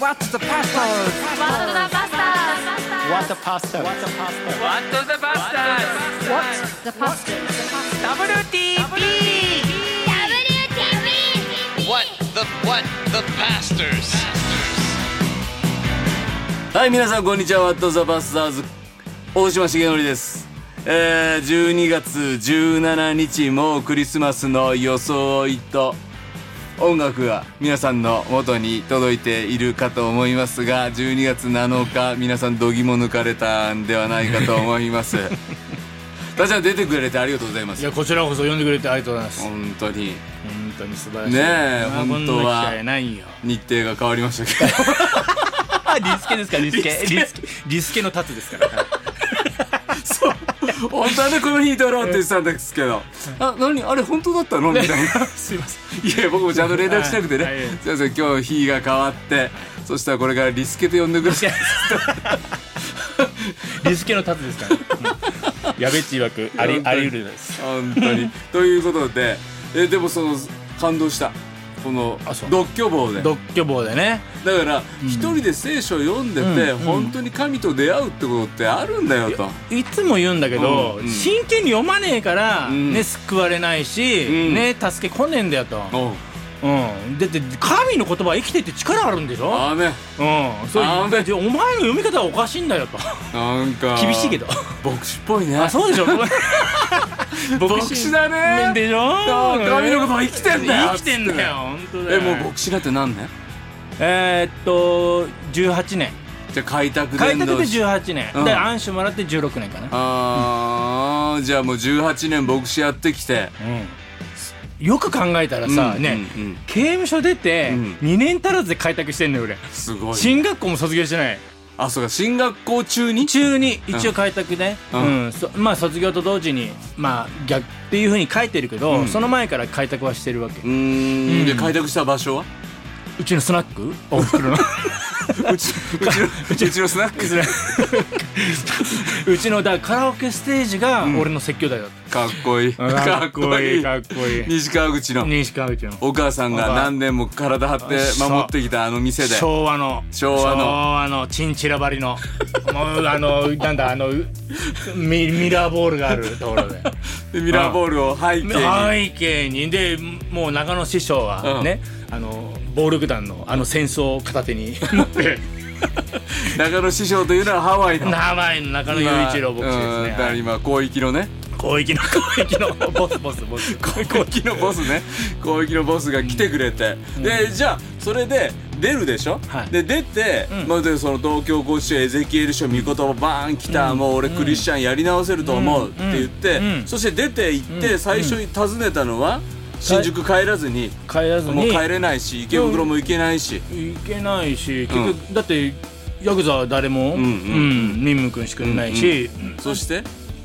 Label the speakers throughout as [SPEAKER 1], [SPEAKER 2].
[SPEAKER 1] What's the password?
[SPEAKER 2] ワットザバスター
[SPEAKER 3] What a pasta. What a pasta.
[SPEAKER 1] What the bastard? What?
[SPEAKER 2] ズザパス
[SPEAKER 1] WTP?
[SPEAKER 2] WTP
[SPEAKER 4] What the what the pastors?
[SPEAKER 5] はい皆さんこんにちは「ワット・ザ・バスターズ」大島重則ですえー、12月17日もうクリスマスの装いと音楽が皆さんの元に届いているかと思いますが12月7日皆さん度肝抜かれたんではないかと思います たちゃん出てくれてありがとうございま
[SPEAKER 6] い
[SPEAKER 5] す
[SPEAKER 6] やこちらこそ呼んでくれてありがとうございます
[SPEAKER 5] 本当に
[SPEAKER 6] 本当に素晴らしい
[SPEAKER 5] ねえ
[SPEAKER 6] あー
[SPEAKER 5] 本当は
[SPEAKER 6] こんな機会ないよ
[SPEAKER 5] 日程が変わりましたけど
[SPEAKER 6] あリスケですかリスケリスケリスケのタツですから
[SPEAKER 5] 本当はねこの日に撮ろうって言ってたんですけどあ何あれ本当だったのみたいな
[SPEAKER 6] すいません
[SPEAKER 5] いや僕もちゃんと連絡しなくてね、
[SPEAKER 6] はいはい
[SPEAKER 5] すいません今日日が変わってそしたらこれからリスケと呼んでください
[SPEAKER 6] リスケのタツですから、やべっち曰くありあり得るです
[SPEAKER 5] 本当 にということでえでもその感動したこの
[SPEAKER 6] あそう
[SPEAKER 5] 独居房でだ
[SPEAKER 6] 独
[SPEAKER 5] か
[SPEAKER 6] 居房でね
[SPEAKER 5] ら一人で聖書を読んでて、本当に神と出会うってことってあるんだよと、
[SPEAKER 6] いつも言うんだけど、
[SPEAKER 5] うんうん
[SPEAKER 6] 真剣に読まねえから、
[SPEAKER 5] ん
[SPEAKER 6] ね救われないし、
[SPEAKER 5] ん
[SPEAKER 6] ね助け来ねえんだよと、
[SPEAKER 5] おう
[SPEAKER 6] うん、だって神の言葉は生きてて力あるんでしょ、
[SPEAKER 5] あめ
[SPEAKER 6] うん、そう
[SPEAKER 5] あ
[SPEAKER 6] でお前の読み方はおかしいんだよと
[SPEAKER 5] なんか
[SPEAKER 6] 厳しいけど
[SPEAKER 5] 牧師っぽいね
[SPEAKER 6] あそうでしょ
[SPEAKER 5] 牧師だね
[SPEAKER 6] でしょ
[SPEAKER 5] そう神の言葉は生きてんだよ
[SPEAKER 6] 生きてんだよ本当だ
[SPEAKER 5] え
[SPEAKER 6] よ
[SPEAKER 5] もう牧師だって何年
[SPEAKER 6] えーっと18年
[SPEAKER 5] じゃあ開拓
[SPEAKER 6] 開
[SPEAKER 5] 伝
[SPEAKER 6] 拓
[SPEAKER 5] 道
[SPEAKER 6] で
[SPEAKER 5] 師
[SPEAKER 6] 18年、
[SPEAKER 5] うん
[SPEAKER 6] で暗視もらって16年かな、
[SPEAKER 5] あーじゃあもう18年牧師やってきて
[SPEAKER 6] うん、よく考えたらさ、
[SPEAKER 5] うん
[SPEAKER 6] ね、
[SPEAKER 5] うんうん
[SPEAKER 6] 刑務所出て
[SPEAKER 5] うん
[SPEAKER 6] 2年足らずで開拓してんのよ俺
[SPEAKER 5] すごい
[SPEAKER 6] 進学校も卒業してない
[SPEAKER 5] あそうか進学校中に
[SPEAKER 6] 中に一応開拓ね、
[SPEAKER 5] う
[SPEAKER 6] うんんそまあ卒業と同時にまあ逆っていうふうに書いてるけど、その前から開拓はしてるわけ、
[SPEAKER 5] うー
[SPEAKER 6] うんん
[SPEAKER 5] で開拓した場所は
[SPEAKER 6] うちのスナックおふく ろの
[SPEAKER 5] うちうちのうちのスナック
[SPEAKER 6] うちのだからカラオケステージが俺の説教台だっ
[SPEAKER 5] かっこいい
[SPEAKER 6] た、かっこいいかっこいい
[SPEAKER 5] 西川口の
[SPEAKER 6] 西川口の
[SPEAKER 5] お母さんが
[SPEAKER 6] お母
[SPEAKER 5] 何年も体張って守ってきたあの店で
[SPEAKER 6] 昭和の
[SPEAKER 5] 昭和の
[SPEAKER 6] 和のチンチラ張りの もうあのなんだあのうミミラーボールがあると ころで
[SPEAKER 5] でミラーボールを背景に
[SPEAKER 6] 背景にでもう中野師匠
[SPEAKER 5] う
[SPEAKER 6] は
[SPEAKER 5] ん
[SPEAKER 6] ね、あの暴力団のあの戦争を片手に 持って
[SPEAKER 5] 中野師匠というのはハワイの
[SPEAKER 6] 名前の中野雄一郎牧師です
[SPEAKER 5] うん
[SPEAKER 6] ね
[SPEAKER 5] だか
[SPEAKER 6] は
[SPEAKER 5] ら
[SPEAKER 6] い
[SPEAKER 5] 今広域のね
[SPEAKER 6] 広域の広域 のボスボスボス広
[SPEAKER 5] 広域のボスね広域のボスが来てくれて、でじゃあそれで出るでしょ、
[SPEAKER 6] はい
[SPEAKER 5] で出て、
[SPEAKER 6] ん
[SPEAKER 5] まあ、でその東京甲子園エゼキエル賞御言葉バーン来た、もう俺クリスチャンやり直せると思うって言って、
[SPEAKER 6] うんうん
[SPEAKER 5] そして出て行って、最初に訪ねたのは、新宿帰らずに、
[SPEAKER 6] 帰らずに
[SPEAKER 5] もう帰れないし池袋も行けないし、
[SPEAKER 6] 行けないし結局、だってヤクザは誰
[SPEAKER 5] ん
[SPEAKER 6] も、う
[SPEAKER 5] うん
[SPEAKER 6] ん、任務君しかいないし、
[SPEAKER 5] そして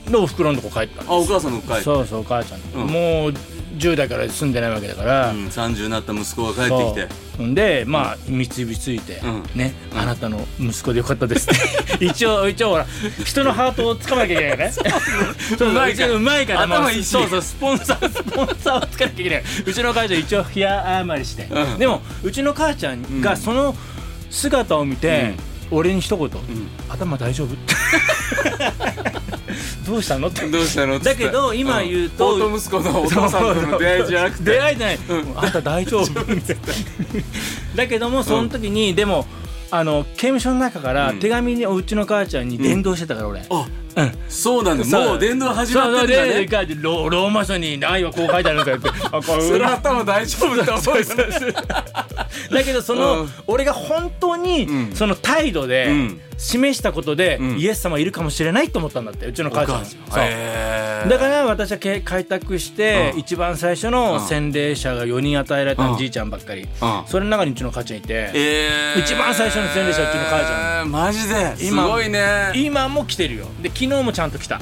[SPEAKER 6] でおふくろのとこ帰った
[SPEAKER 5] あお母さんの帰って、
[SPEAKER 6] そうそうお母ちゃ
[SPEAKER 5] ん
[SPEAKER 6] ん、もう10代から住んでないわけだから、
[SPEAKER 5] うん、30になった息子が帰
[SPEAKER 6] そ
[SPEAKER 5] っ
[SPEAKER 6] う
[SPEAKER 5] てきて
[SPEAKER 6] んでまあ結びついて、
[SPEAKER 5] ん
[SPEAKER 6] ね、あなたの息子でよかっ たですって一応一応ほら人のハートをつかまなきゃいけないよ ねそうそう
[SPEAKER 5] うまいから
[SPEAKER 6] うちうまいから
[SPEAKER 5] 頭
[SPEAKER 6] もう
[SPEAKER 5] いいし
[SPEAKER 6] そうそうスポンサースポンサーをつかなきゃいけないうちの母ちゃん一応冷やあまりして、
[SPEAKER 5] うん
[SPEAKER 6] でもうちの母ちゃんがその姿を見て、俺に一言、頭大丈夫?」って どうしたのって
[SPEAKER 5] どうしたのっつって
[SPEAKER 6] だけど今言うと
[SPEAKER 5] ん弟息子のお父さんとの出会いじゃなくて
[SPEAKER 6] 出会いじゃない、あんた大丈夫だけどもその時に、でもあの刑務所の中から手紙にうちの母ちゃんに伝道してたから俺、
[SPEAKER 5] あ、そうなんだ。もう電動始まってるん
[SPEAKER 6] そう
[SPEAKER 5] だ
[SPEAKER 6] そう
[SPEAKER 5] ね。
[SPEAKER 6] ででロローマ書に「愛はこう書いてあるんだ よ」ってあこれ
[SPEAKER 5] それ頭大丈夫って思うよね
[SPEAKER 6] だけどその、
[SPEAKER 5] うん
[SPEAKER 6] 俺が本当に
[SPEAKER 5] ん
[SPEAKER 6] その態度で
[SPEAKER 5] うん
[SPEAKER 6] 示したことで、
[SPEAKER 5] ん
[SPEAKER 6] イエス様いるかもしれないと思ったんだってうちの母ちゃん
[SPEAKER 5] お
[SPEAKER 6] は
[SPEAKER 5] 母
[SPEAKER 6] そう
[SPEAKER 5] さんへー
[SPEAKER 6] だから私はけ開拓して
[SPEAKER 5] うん
[SPEAKER 6] 一番最初の洗礼者が4人与えられたじいちゃんばっかり
[SPEAKER 5] ん
[SPEAKER 6] それの中にうちの母ちゃんいて
[SPEAKER 5] えー
[SPEAKER 6] 一番最初の洗礼者うちの母ちゃ
[SPEAKER 5] ん。マジで。す
[SPEAKER 6] 今
[SPEAKER 5] ごいね。
[SPEAKER 6] 今も来てるよで昨日もちゃん と来た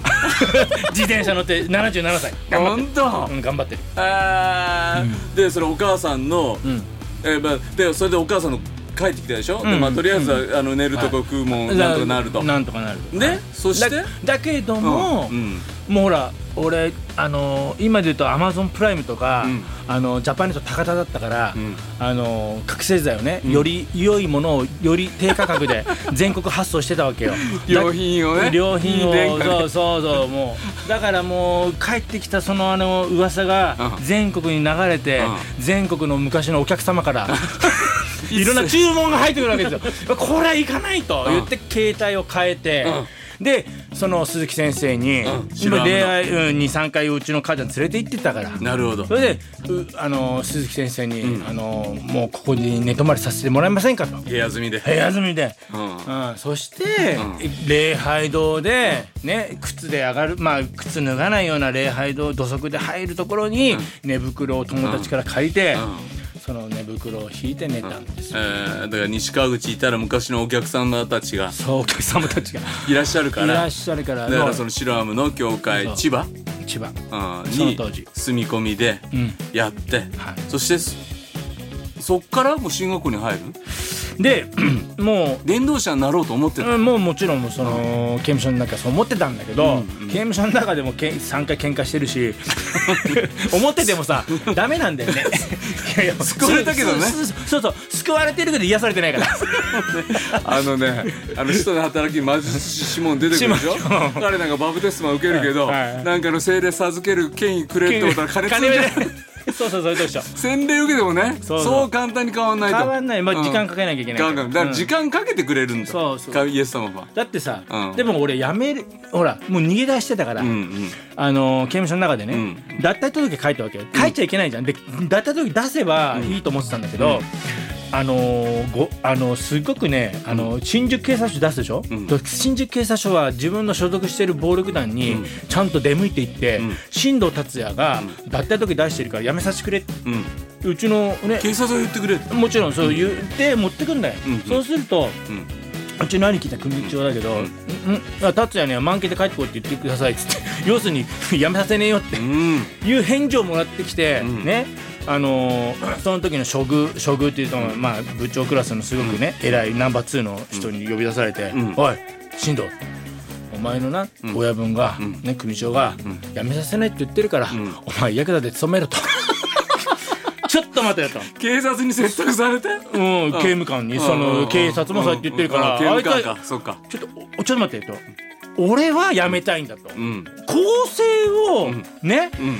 [SPEAKER 6] 自転車乗って77歳頑張って
[SPEAKER 5] 本当
[SPEAKER 6] る、う。ん、頑張ってる
[SPEAKER 5] あーでそれお母さんの
[SPEAKER 6] ん、
[SPEAKER 5] えーまあでそれでお母さんの帰ってきたでしょ、
[SPEAKER 6] ん
[SPEAKER 5] でまあ、とりあえずは、あの寝るとこ食うもんなんとかなると、
[SPEAKER 6] なんとかなる
[SPEAKER 5] で、
[SPEAKER 6] はい
[SPEAKER 5] そして
[SPEAKER 6] だだけども、
[SPEAKER 5] うんうん
[SPEAKER 6] もうほら俺あのー今で言うとアマゾンプライムとか、
[SPEAKER 5] うん
[SPEAKER 6] あのジャパネット高田だったから、
[SPEAKER 5] ん
[SPEAKER 6] あのー覚醒剤をね、
[SPEAKER 5] ん
[SPEAKER 6] より良いものをより低価格で全国発送してたわけよ
[SPEAKER 5] 良品をね
[SPEAKER 6] 良品
[SPEAKER 5] いい
[SPEAKER 6] を
[SPEAKER 5] 廉価ね
[SPEAKER 6] そうそうそうもうだからもう帰ってきたそのあの噂が
[SPEAKER 5] うん
[SPEAKER 6] 全国に流れて、
[SPEAKER 5] う
[SPEAKER 6] 全国の昔のお客様から いろんな注文が入ってくるわけですよこれは行かないと言って携帯を変えて、でその鈴木先生に、
[SPEAKER 5] うん知らん
[SPEAKER 6] 今
[SPEAKER 5] の
[SPEAKER 6] 恋愛23回うちの母ちゃん連れて行ってたから
[SPEAKER 5] なるほど
[SPEAKER 6] それでうあの鈴木先生に、
[SPEAKER 5] ん
[SPEAKER 6] あのもうここに寝泊まりさせてもらえませんかと
[SPEAKER 5] 部屋住みで
[SPEAKER 6] 部屋住みで、う
[SPEAKER 5] うん
[SPEAKER 6] そして、礼拝堂で、ね、靴で上がる、まあ、靴脱がないような礼拝堂土足で入るところに、寝袋を友達から借りて、その寝袋を引いて寝たんです
[SPEAKER 5] え
[SPEAKER 6] よ、
[SPEAKER 5] ー、だから西川口いたら昔のお客様たちが
[SPEAKER 6] そうお客様たちが
[SPEAKER 5] いらっしゃるか
[SPEAKER 6] いら
[SPEAKER 5] ら
[SPEAKER 6] っしゃるから
[SPEAKER 5] だからそ
[SPEAKER 6] もう
[SPEAKER 5] の白浜の教
[SPEAKER 6] そ
[SPEAKER 5] 会
[SPEAKER 6] う
[SPEAKER 5] 千葉
[SPEAKER 6] 一番、
[SPEAKER 5] うん
[SPEAKER 6] その
[SPEAKER 5] に
[SPEAKER 6] 当時
[SPEAKER 5] 住み込みで
[SPEAKER 6] うん、
[SPEAKER 5] やって、
[SPEAKER 6] はい
[SPEAKER 5] そしてそそっからもう進学校に入る
[SPEAKER 6] で もう
[SPEAKER 5] 電動車になろうと思ってた、
[SPEAKER 6] うん、もうもちろんその刑務所の中そう思ってたんだけど、刑務所の中でもけん3回喧嘩して るし思っててもさダメなんだよねいやいや
[SPEAKER 5] 救われたけどね
[SPEAKER 6] そうそうそうそう救われてるけど癒されてないから
[SPEAKER 5] あのねあの人の働き貧しい指紋出てくるでしょ
[SPEAKER 6] 指紋
[SPEAKER 5] 彼なんかバブテスマ受けるけど、
[SPEAKER 6] はいはい
[SPEAKER 5] なんかの精霊授ける権威くれってことは金積んじゃう
[SPEAKER 6] 金はねそうそうそれと一緒
[SPEAKER 5] 洗礼受けてもねそ
[SPEAKER 6] そううそう
[SPEAKER 5] 簡単に変わんないと
[SPEAKER 6] 変わんない、まあ、時間か
[SPEAKER 5] け
[SPEAKER 6] けなきゃいけない
[SPEAKER 5] かだから時
[SPEAKER 6] うん
[SPEAKER 5] 間かけてくれるんだ、
[SPEAKER 6] そうそう
[SPEAKER 5] かイエス様は
[SPEAKER 6] だってさ、
[SPEAKER 5] うん
[SPEAKER 6] でも俺やめるほらもう逃げ出してたから、
[SPEAKER 5] うんうん
[SPEAKER 6] あの刑務所の中でね、
[SPEAKER 5] うん
[SPEAKER 6] 脱退届書いたわけよ書いちゃいけないじゃん、で脱退届出せばいいと思ってたんだけど、あのーごあのすごくね、あの新宿警察署出すでしょ、
[SPEAKER 5] ん
[SPEAKER 6] 新宿警察署は自分の所属している暴力団に
[SPEAKER 5] うん
[SPEAKER 6] ちゃんと出向いていって、
[SPEAKER 5] ん
[SPEAKER 6] 新藤達也が脱退届出してるからやめさせてくれって
[SPEAKER 5] うん
[SPEAKER 6] うちのね
[SPEAKER 5] 警察が言ってくれって
[SPEAKER 6] もちろんそう言って持ってくんだよ、
[SPEAKER 5] うん
[SPEAKER 6] そうすると、
[SPEAKER 5] うん
[SPEAKER 6] うちの兄貴って組長だけど、うん、うん、達也には満期で帰ってこいって言ってくださいっつって、 要するに辞めさせねえよって
[SPEAKER 5] うん
[SPEAKER 6] いう返事をもらってきて、
[SPEAKER 5] ん
[SPEAKER 6] ね、あのー その時の処遇、処遇っていうと、まあ部長クラスのすごくね、偉いナンバー2の人に呼び出されて、
[SPEAKER 5] ん
[SPEAKER 6] おい、進藤。お前のな、親分が、ね、組長が、辞めさせないって言ってるから、お前ヤクザで勤めろと ちょっと待てよと
[SPEAKER 5] 警察に説得されて
[SPEAKER 6] うん、刑務官に、そ
[SPEAKER 5] うんうんう
[SPEAKER 6] の
[SPEAKER 5] ん
[SPEAKER 6] 警察もそうやって言ってるから、
[SPEAKER 5] うんうん刑務
[SPEAKER 6] あい
[SPEAKER 5] 官
[SPEAKER 6] つ
[SPEAKER 5] かそっか
[SPEAKER 6] はちょっと、おちょっと待ってと。俺は辞めたいんだと。
[SPEAKER 5] うん
[SPEAKER 6] 公正を、ね、
[SPEAKER 5] うん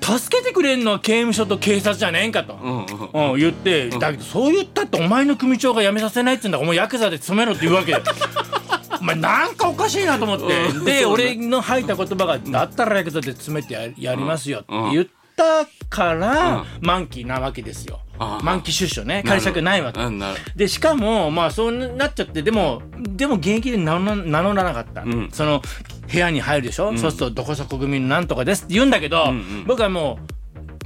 [SPEAKER 6] 助けてくれるのは刑務所と警察じゃねえんかと。
[SPEAKER 5] うんうん
[SPEAKER 6] うん、言って、だけど、そう言ったってお前の組長が辞めさせないって言うんだから、お前ヤクザで勤めろって言うわけだよ。 お前なんかおかしいなと思って。で、俺の吐いた言葉が、だったらヤクザで詰めてややりますよって言ったから、満期なわけですよ
[SPEAKER 5] あ。あ
[SPEAKER 6] 満期出所ね。仮釈ないわけ。
[SPEAKER 5] うんなる
[SPEAKER 6] でしかもまあそうなっちゃってでもでも現役で名乗ら名乗らなかった、
[SPEAKER 5] ん
[SPEAKER 6] その部屋に入るでしょ、そうするとどこそこ組のなんとかですって言うんだけど、
[SPEAKER 5] んうん
[SPEAKER 6] 僕はも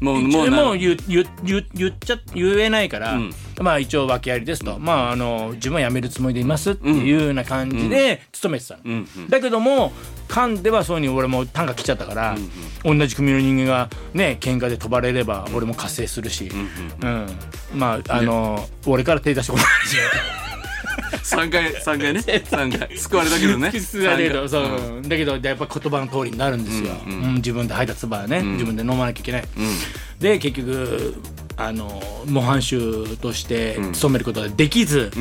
[SPEAKER 5] も
[SPEAKER 6] う
[SPEAKER 5] うもうなる
[SPEAKER 6] もう言う言う言う言っちゃ言えないから、
[SPEAKER 5] うん
[SPEAKER 6] まあ一応訳ありですと、まああの自分は辞めるつもりでいますっていうような感じで勤めてたの、
[SPEAKER 5] うん
[SPEAKER 6] だけども勘ではそうに俺も単価来ちゃったから、同じ組の人間がね喧嘩で飛ばれれば俺も活性するし、うんまああの、俺から手出してこないし
[SPEAKER 5] 三回三回ね 三回救われたけどね
[SPEAKER 6] だけど、そう
[SPEAKER 5] 三回ん、
[SPEAKER 6] だけど、やっぱ言葉の通りになるんですよ。うん自分で吐いた唾はね、自分で飲まなきゃいけない。で、結局、あの、模範囚として勤めることができず、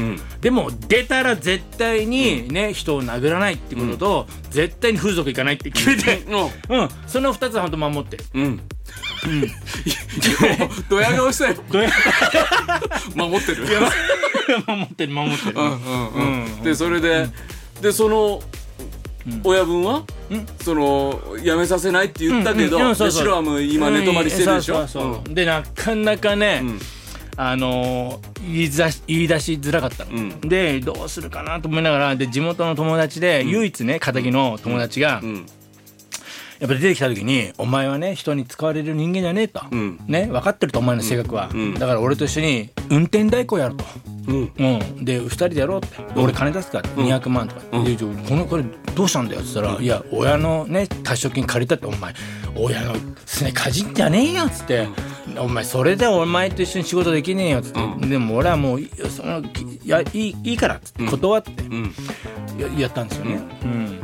[SPEAKER 6] でも、出たら絶対にね、人を殴らないってことと、絶対に風俗行かないって決めて、うん、その二つは本当守って る。
[SPEAKER 5] うんうんもうドヤ顔したよ
[SPEAKER 6] どうや
[SPEAKER 5] 守ってる
[SPEAKER 6] 守ってる、守ってる。
[SPEAKER 5] うんうんうんでそれで、でその親分は、その辞めさせないって言ったけど、
[SPEAKER 6] うんうんうんそう
[SPEAKER 5] で
[SPEAKER 6] そう
[SPEAKER 5] シロアム今寝泊まりしてるでしょ、
[SPEAKER 6] うんそうそうそうでなかなかね、
[SPEAKER 5] ん
[SPEAKER 6] あのー言いざし言い出しづらかったの、
[SPEAKER 5] ん
[SPEAKER 6] でどうするかなと思いながらで地元の友達で、唯一ね仇の友達が、
[SPEAKER 5] んうん
[SPEAKER 6] やっぱ出てきた時に「お前はね人に使われる人間じゃねえ」と、
[SPEAKER 5] ん
[SPEAKER 6] ね分かってるとお前の性格は、
[SPEAKER 5] ん
[SPEAKER 6] だから俺と一緒に運転代行やろうと。
[SPEAKER 5] うんうん
[SPEAKER 6] うん、で2人でやろうって、俺金出すから200万とか、でちょこのこれどうしたんだよって言ったら「いや親のね退職金借りたってお前親のすねかじんじゃねえよ」っつって「お前それでお前と一緒に仕事できねえよっつって、でも俺はもういそのいやいいいいからっつって断って、
[SPEAKER 5] ん
[SPEAKER 6] ややったんですよね、うん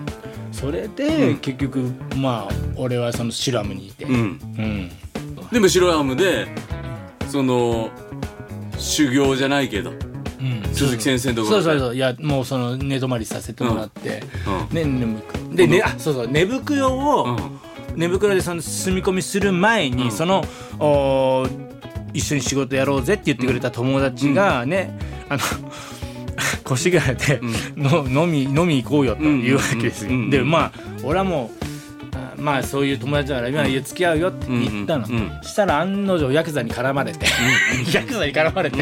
[SPEAKER 6] それで、結局まあ俺はそのシラムにいて、う
[SPEAKER 5] うんんでも白ラムでその修行じゃないけど
[SPEAKER 6] うん
[SPEAKER 5] 鈴木先生のとこ
[SPEAKER 6] そ
[SPEAKER 5] ろ
[SPEAKER 6] う
[SPEAKER 5] で
[SPEAKER 6] そうそういやもうその寝泊まりさせてもらって、
[SPEAKER 5] う
[SPEAKER 6] ね眠くで、ね、あそうそう寝袋を、
[SPEAKER 5] うん
[SPEAKER 6] 寝袋でその住み込みする前に、そのおー一緒に仕事やろうぜって言ってくれた友達がね、あの腰がで、の飲み飲み行こうよというわけですよ、
[SPEAKER 5] うんうんうんうん
[SPEAKER 6] でまあ俺はもうあまあそういう友達だから今家付き合うよって言ったの、
[SPEAKER 5] うんうん
[SPEAKER 6] したら案の定ヤクザに絡まれて、 ヤクザに絡まれて、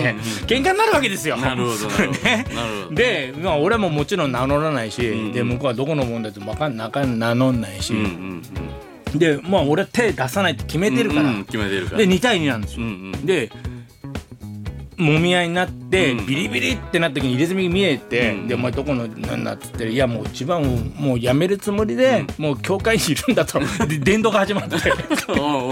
[SPEAKER 6] 喧嘩になるわけですよ
[SPEAKER 5] なるほどなるほど
[SPEAKER 6] ね
[SPEAKER 5] なるほど
[SPEAKER 6] で、まあ、俺ももちろん名乗らないし、
[SPEAKER 5] ん
[SPEAKER 6] で向こうはどこのもんだってわかんなか名乗んないし、
[SPEAKER 5] うんうん
[SPEAKER 6] でまあ俺は手出さないって決め
[SPEAKER 5] うん
[SPEAKER 6] てるから、
[SPEAKER 5] うんうん決めてるから
[SPEAKER 6] で2対2なんです
[SPEAKER 5] う
[SPEAKER 6] よ、
[SPEAKER 5] んうん
[SPEAKER 6] で揉み合いになって、
[SPEAKER 5] うん
[SPEAKER 6] ビリビリってなった時に入れ墨見えて、
[SPEAKER 5] うん
[SPEAKER 6] でお前どこのなんだっつっていやもう一番もうもうやめるつもりで、もう教会にいるんだとで伝道が始まって
[SPEAKER 5] おうおうおうおう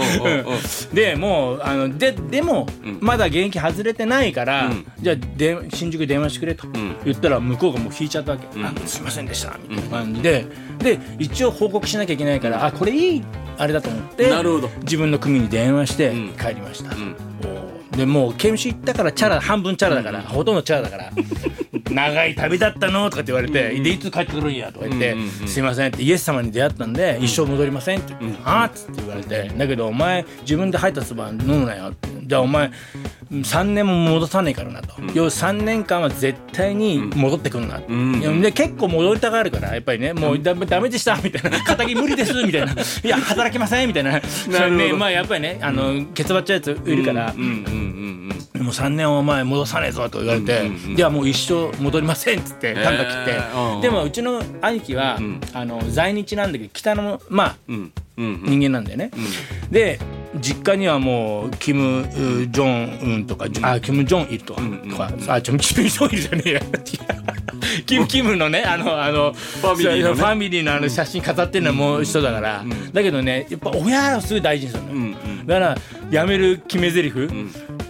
[SPEAKER 6] でもうあのででも、
[SPEAKER 5] ん
[SPEAKER 6] まだ現役外れてないから、
[SPEAKER 5] うん
[SPEAKER 6] じゃあで新宿電話してくれと
[SPEAKER 5] ん
[SPEAKER 6] 言ったら向こうがもう引いちゃったわけ、
[SPEAKER 5] ん
[SPEAKER 6] あすいませんでしたみたいな感じでで一応報告しなきゃいけないから、あこれいいあれだと思って
[SPEAKER 5] なるほど
[SPEAKER 6] 自分の組に電話して
[SPEAKER 5] ん
[SPEAKER 6] 帰りました、
[SPEAKER 5] ん
[SPEAKER 6] おーでもう刑務所行ったからチャラ半分チャラだから、ほとんどチャラだから 長い旅だったのとかって言われて、でいつ帰ってくるんやとか言って、
[SPEAKER 5] うんうんうん
[SPEAKER 6] すいませんってイエス様に出会ったんで、一生戻りませんって言って、ああっつって言われてだけどお前自分で入った唾飲むなよってじゃあお前3年も戻さねえからなと、要は3年間は絶対に戻ってくんなって、
[SPEAKER 5] ん
[SPEAKER 6] いやで結構戻りたがるからやっぱりねもうだダメでした みたいな敵無理ですみたいないや働きませんみたいな
[SPEAKER 5] なるほど
[SPEAKER 6] ねまあやっぱりねあのケツバっちゃうやついるから、
[SPEAKER 5] うんうんうんうん
[SPEAKER 6] もう3年はお前戻さねえぞと言われて、
[SPEAKER 5] うんうんうん
[SPEAKER 6] ではもう一生戻りませんっつって短歌切って、
[SPEAKER 5] えーうん
[SPEAKER 6] でもうちの兄貴は、
[SPEAKER 5] ん
[SPEAKER 6] あの在日なんだけど北のまあ
[SPEAKER 5] うんうんうん
[SPEAKER 6] 人間なんだよね、で実家にはもうキム・うージョンウンとか、あキム・ジョンイルとか,、
[SPEAKER 5] うん
[SPEAKER 6] とかあちょキム・ジョンイルじゃねえや キムキムのねあのあのフ
[SPEAKER 5] ァミリーのね
[SPEAKER 6] ファミリーのあの写真飾ってるのはもう人だから、だけどねやっぱ親をすごい大事にするのよ、
[SPEAKER 5] うん
[SPEAKER 6] だからやめる決め台詞、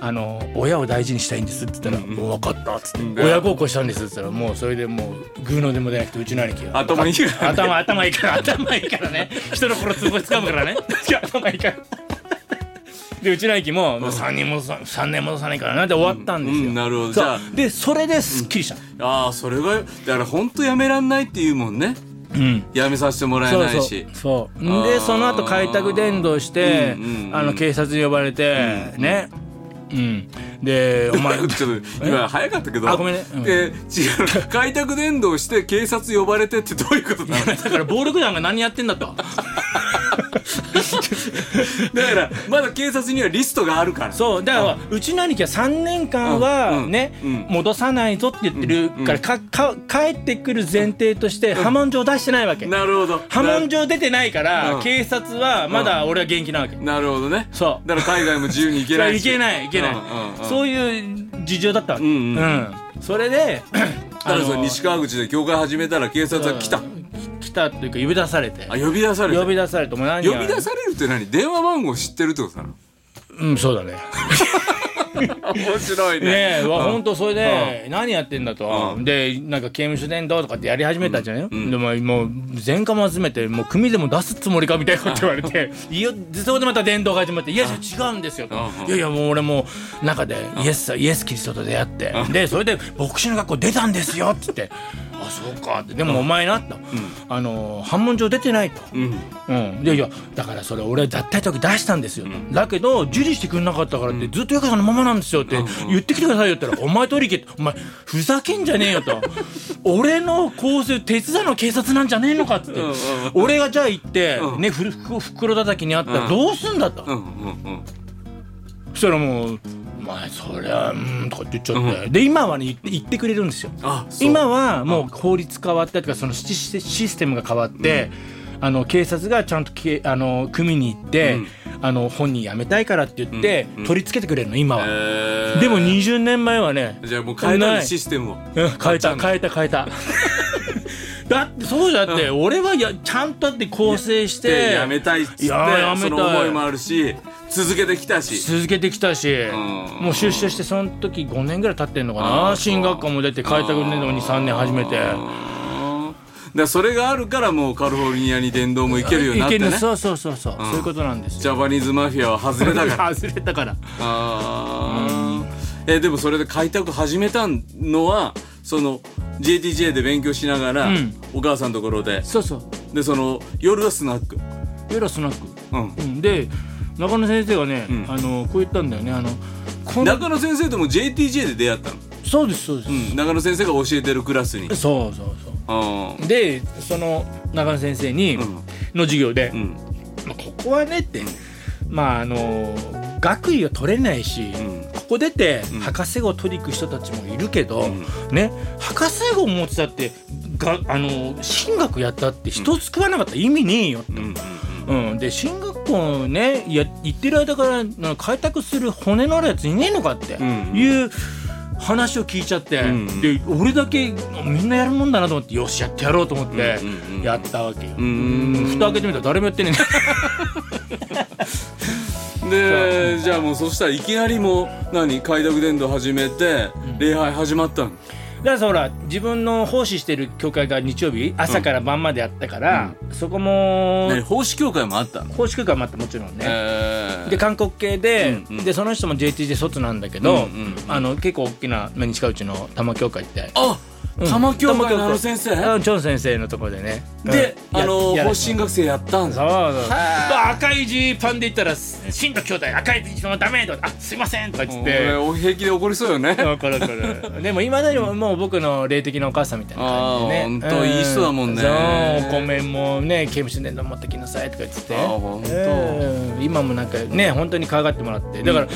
[SPEAKER 6] あの親を大事にしたいんですって言ったら「もう分かった」っつって、親孝行したんです」って言ったらもうそれでもうグーのでも出なくてうちの兄貴が
[SPEAKER 5] 頭いいからね
[SPEAKER 6] 頭頭いいから頭いいからね人の心つぼつかむから ね頭いいからでうちの兄貴も3年戻さ3年戻さないからなって終わったんですよ、
[SPEAKER 5] うんなるほど
[SPEAKER 6] そ
[SPEAKER 5] じゃあ
[SPEAKER 6] うでそれですっきりしたの
[SPEAKER 5] ああそれがだから本当やめらんないっていうもんね
[SPEAKER 6] うん
[SPEAKER 5] やめさせてもらえ
[SPEAKER 6] そう
[SPEAKER 5] な
[SPEAKER 6] そ
[SPEAKER 5] いうし
[SPEAKER 6] そう
[SPEAKER 5] あー
[SPEAKER 6] でその後開拓伝道して、
[SPEAKER 5] うんうんうん
[SPEAKER 6] あの警察に呼ばれて、ねうんで お前
[SPEAKER 5] ちょっと今早かったけど
[SPEAKER 6] あごめんねうん
[SPEAKER 5] えー違う開拓伝道して警察呼ばれてってどういうことなのだ
[SPEAKER 6] だから暴力団が何やってんだと
[SPEAKER 5] からまだ警察にはリストがあるから
[SPEAKER 6] そうだからうちの兄貴は3年間は
[SPEAKER 5] うん
[SPEAKER 6] ね、
[SPEAKER 5] うん
[SPEAKER 6] 戻さないぞって言ってるから、かか帰ってくる前提として破門状出してないわけ、
[SPEAKER 5] なるほど
[SPEAKER 6] 破門
[SPEAKER 5] じ
[SPEAKER 6] 状出てないから、
[SPEAKER 5] うん
[SPEAKER 6] 警察はまだ俺は元気なわけ、
[SPEAKER 5] なるほどね
[SPEAKER 6] そう
[SPEAKER 5] だから海外も自由に行けない
[SPEAKER 6] い
[SPEAKER 5] し
[SPEAKER 6] けないいけない、
[SPEAKER 5] うんうんうん
[SPEAKER 6] そういう事情だったわけ、
[SPEAKER 5] うんうん
[SPEAKER 6] そ れで
[SPEAKER 5] だからそ
[SPEAKER 6] あ
[SPEAKER 5] の
[SPEAKER 6] の
[SPEAKER 5] 西川口で教会始めたら警察は来た
[SPEAKER 6] 来たというか呼び出されて
[SPEAKER 5] あ呼び出された
[SPEAKER 6] 呼び出されてもう何
[SPEAKER 5] 呼び出されるって何電話番号知ってるってことなの
[SPEAKER 6] うんそうだね
[SPEAKER 5] 面白い
[SPEAKER 6] ねえわ
[SPEAKER 5] うん
[SPEAKER 6] 本当それで何やってんだと
[SPEAKER 5] う
[SPEAKER 6] でなんか刑務所伝道とかってやり始めたじゃない
[SPEAKER 5] ん
[SPEAKER 6] でももう前科も集めてもう組でも出すつもりかみたいなこと言われていやそこでまた伝道が始まって「いや違うんですよ」と
[SPEAKER 5] うん
[SPEAKER 6] いやいやもう俺もう中でイエスさイエスキリストと出会ってでそれで牧師の学校出たんですよっつって「あそうか」ってでもお前なとあの反問状出てないと。
[SPEAKER 5] うん
[SPEAKER 6] うん、いやいやだからそれ俺は脱退時出したんですよ、だけど受理してくれなかったからって、ずっとヤクザのままなんですよって言ってきてくださいよって言ったら「お前取り行け」お前ふざけんじゃねえ よ」と「俺の構成手伝いの警察なんじゃねえのか」っつって、
[SPEAKER 5] んうん
[SPEAKER 6] 俺がじゃあ行って、
[SPEAKER 5] うん
[SPEAKER 6] ねふるふ袋叩きにあったらどうすんだと、
[SPEAKER 5] うんうんうん
[SPEAKER 6] そしたらもう「お前そりゃうん」とかって言っちゃって、で今はね言って言ってくれるんですよ
[SPEAKER 5] あそう
[SPEAKER 6] 今はもう法律変わったとかそのシステシステムが変わって、あの警察がちゃんとけあの組に行って、あの本人辞めたいからって言って、取り付けてくれるの今は、
[SPEAKER 5] えー
[SPEAKER 6] でも20年前はね
[SPEAKER 5] じゃあもう変えた
[SPEAKER 6] な
[SPEAKER 5] ね
[SPEAKER 6] い
[SPEAKER 5] システムを
[SPEAKER 6] うん変えた
[SPEAKER 5] ん
[SPEAKER 6] 変えた変 えただってそうじゃって、俺はいやちゃんとだって構成し
[SPEAKER 5] で
[SPEAKER 6] て
[SPEAKER 5] やめたいっつって
[SPEAKER 6] いややめた
[SPEAKER 5] そ
[SPEAKER 6] い
[SPEAKER 5] の思いもあるし続けてきたし
[SPEAKER 6] 続けてきたし、
[SPEAKER 5] ん
[SPEAKER 6] もう出社してその時5年ぐらい経ってんのかな進学科も出て開拓年度に3年始めて
[SPEAKER 5] だからそれがあるからもうカリフォルニアに電動も行けるようになってね
[SPEAKER 6] いけるそうそうそうそう、そういうことなんです
[SPEAKER 5] ジ
[SPEAKER 6] よ
[SPEAKER 5] ャパニーズマフィアは外れたから
[SPEAKER 6] 外れたから
[SPEAKER 5] あーえでもそれで開拓始めたのはその JTJ で勉強しながら、
[SPEAKER 6] うん
[SPEAKER 5] お母さんのところで
[SPEAKER 6] そうそう
[SPEAKER 5] でその夜はスナック
[SPEAKER 6] 夜はスナック、
[SPEAKER 5] うん
[SPEAKER 6] うん、で中野先生がね、
[SPEAKER 5] ん
[SPEAKER 6] あのこう言ったんだよねあのこの
[SPEAKER 5] 中野先生とも JTJ で出会ったの、
[SPEAKER 6] そうですそうです、
[SPEAKER 5] うん、中野先生が教えてるクラスに
[SPEAKER 6] そうそうそ
[SPEAKER 5] あー
[SPEAKER 6] うでその中野先生に、
[SPEAKER 5] ん
[SPEAKER 6] の授業で、
[SPEAKER 5] うん
[SPEAKER 6] まあここはねって、まああの学位は取れないし、
[SPEAKER 5] ん
[SPEAKER 6] ここ出て
[SPEAKER 5] ん
[SPEAKER 6] 博士号を取りに行く人たちもいるけど、
[SPEAKER 5] ん
[SPEAKER 6] ね博士号持ってたってがあの進学やったって人救わなかったら意味ねえよって、
[SPEAKER 5] うんうん
[SPEAKER 6] うん、で進学校ねや行ってる間からな開拓する骨のあるやついねえのかって
[SPEAKER 5] んうん
[SPEAKER 6] いう話を聞いちゃって、
[SPEAKER 5] んうん
[SPEAKER 6] で俺だけみんなやるもんだなと思ってよしやってやろうと思って
[SPEAKER 5] うんうんうん
[SPEAKER 6] やったわけよ。
[SPEAKER 5] ん
[SPEAKER 6] うん蓋開けてみたら誰もやってね
[SPEAKER 5] うんでじゃあもうそしたらいきなりもう何開拓伝道始めて、礼拝始まったの
[SPEAKER 6] えだからさほら自分の奉仕してる教会が日曜日朝から晩までやったから、そこも
[SPEAKER 5] 何奉仕協会もあったの
[SPEAKER 6] 奉仕空間もあってもちろんね、
[SPEAKER 5] えー
[SPEAKER 6] で韓国系で,、
[SPEAKER 5] うんうん
[SPEAKER 6] でその人も JTJ 卒なんだけど、
[SPEAKER 5] うんうんうん
[SPEAKER 6] あの結構大きな西川内の玉教会って
[SPEAKER 5] あ玉教会のあの先生、
[SPEAKER 6] あのチョン先生のところでね
[SPEAKER 5] で、
[SPEAKER 6] うん
[SPEAKER 5] あの
[SPEAKER 6] ややら
[SPEAKER 5] 法
[SPEAKER 6] せて
[SPEAKER 5] 進学生やったん
[SPEAKER 6] そう
[SPEAKER 5] だ
[SPEAKER 6] そう赤いジーパンで言ったら「進藤兄弟赤いジーパンはダメ!」とか「あすいません!」とか言っ
[SPEAKER 5] 俺
[SPEAKER 6] て
[SPEAKER 5] お平気で怒りそうよね
[SPEAKER 6] わかるわかるでも今だにももう僕の霊的なお母さんみたいな感じでね
[SPEAKER 5] あーほんといい人だもんね
[SPEAKER 6] そうお米もね刑務所で飲持ってきなさいとか言ってて
[SPEAKER 5] あーほんと
[SPEAKER 6] うん今もなんかね本当に可愛がってもらってだから、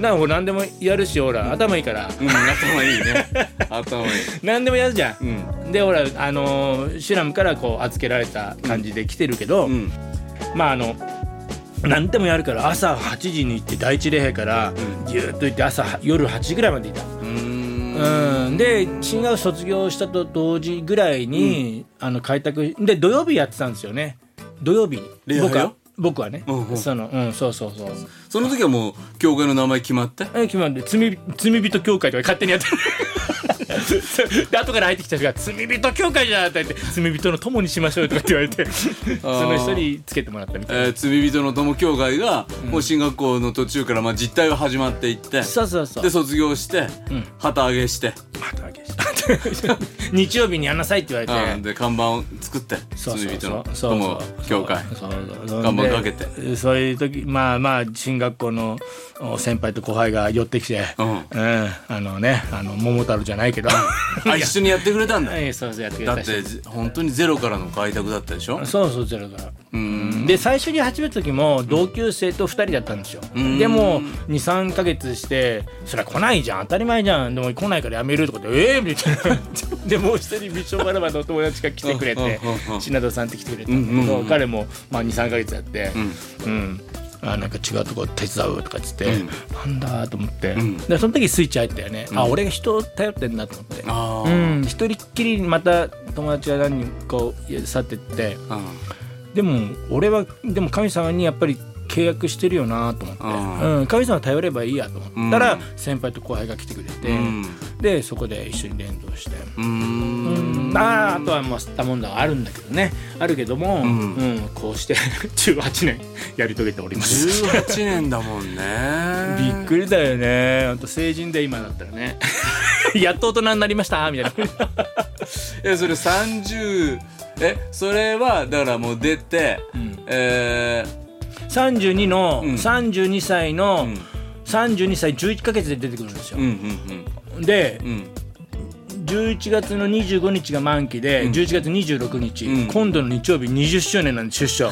[SPEAKER 6] なんかほら何でもやるしほら頭いいから
[SPEAKER 5] うん頭いいね 頭いい
[SPEAKER 6] 何でもやるじゃ
[SPEAKER 5] う
[SPEAKER 6] ん、
[SPEAKER 5] ん
[SPEAKER 6] でほらあのーシュラムからこう預けられた感じで来てるけど、
[SPEAKER 5] うん
[SPEAKER 6] まああの何でもやるから朝8時に行って第一礼拝からぎゅーっと行って朝夜8時ぐらいまでいた、
[SPEAKER 5] うーん
[SPEAKER 6] うん、で新学卒業したと同時ぐらいに、あの開拓で土曜日やってたんですよね土曜日
[SPEAKER 5] 礼拝を
[SPEAKER 6] 僕は僕はね、
[SPEAKER 5] うんうん
[SPEAKER 6] そのうんそうそうそう
[SPEAKER 5] その時はもう教会の名前決まって
[SPEAKER 6] え決まって罪罪人協会とか勝手にやって るで後から入ってきた人が「罪人協会じゃん」って言って「罪人の友にしましょう」とかって言われてその人につけてもらったみたい
[SPEAKER 5] えー罪人の友教会がもう進学校の途中からまあ実態は始まっていって
[SPEAKER 6] なそうそうそう
[SPEAKER 5] で卒業して
[SPEAKER 6] ん
[SPEAKER 5] 旗揚げして
[SPEAKER 6] 後上げして日曜日にやんなさいって言われ
[SPEAKER 5] うん
[SPEAKER 6] て
[SPEAKER 5] で看板を作って
[SPEAKER 6] そう
[SPEAKER 5] 罪
[SPEAKER 6] そう
[SPEAKER 5] 人の
[SPEAKER 6] そう
[SPEAKER 5] 友教会
[SPEAKER 6] そうそうそう
[SPEAKER 5] 看板
[SPEAKER 6] で
[SPEAKER 5] かけて
[SPEAKER 6] そういう時まあまあ進学校のお先輩と後輩が寄ってきて
[SPEAKER 5] うん
[SPEAKER 6] うんあのねあの桃太郎じゃないけど
[SPEAKER 5] あ一緒にやってくれたんだ
[SPEAKER 6] はいそうそうやってくれ
[SPEAKER 5] だ
[SPEAKER 6] た
[SPEAKER 5] っ
[SPEAKER 6] 人
[SPEAKER 5] てぜ本当にゼロからの開拓だったでしょ
[SPEAKER 6] そうそうゼロから
[SPEAKER 5] うん
[SPEAKER 6] で最初に始めた時も同級生と2人だったんですよ
[SPEAKER 5] ん
[SPEAKER 6] でも23か月して「そりゃ来ないじゃん当たり前じゃんでも来ないからやめる」とかで「ええみたいなでもう一人ビショバラバのお友達が来てくれて
[SPEAKER 5] うんうんうんうん
[SPEAKER 6] 品田さんって来てくれたんだけど、彼も、まあ、23か月やってうん、あなんか違うとこ手伝うとかっつって、なんだと思って、でその時スイッチ入ったよね、あ俺が人を頼ってんだと思って、
[SPEAKER 5] あ
[SPEAKER 6] う
[SPEAKER 5] ー
[SPEAKER 6] ん、一人っきりまた友達が何人かを去ってって
[SPEAKER 5] うん
[SPEAKER 6] でも俺はでも神様にやっぱり契約してるよなと思って、
[SPEAKER 5] うん
[SPEAKER 6] うん、神様頼ればいいやと思ったら、
[SPEAKER 5] うん
[SPEAKER 6] 先輩と後輩が来てくれて、
[SPEAKER 5] うん
[SPEAKER 6] でそこで一緒に連動して、
[SPEAKER 5] うーん
[SPEAKER 6] あーあとはもう吸ったもんだはあるんだけどねあるけども、うんんこうして 18年やり遂げております
[SPEAKER 5] 18年だもんね
[SPEAKER 6] びっくりだよねほんと成人で今だった らねやっと大人になりましたみたいな
[SPEAKER 5] えそれ30えそれはだからもう出て、え
[SPEAKER 6] 32の、
[SPEAKER 5] うん
[SPEAKER 6] 32歳の、
[SPEAKER 5] ん
[SPEAKER 6] 32歳11ヶ月で出てくるんですよ
[SPEAKER 5] ー、う、んうん
[SPEAKER 6] で
[SPEAKER 5] うんうん
[SPEAKER 6] 11月の25日が満期で、11月26日、
[SPEAKER 5] うん
[SPEAKER 6] 今度の日曜日20周年なんで出所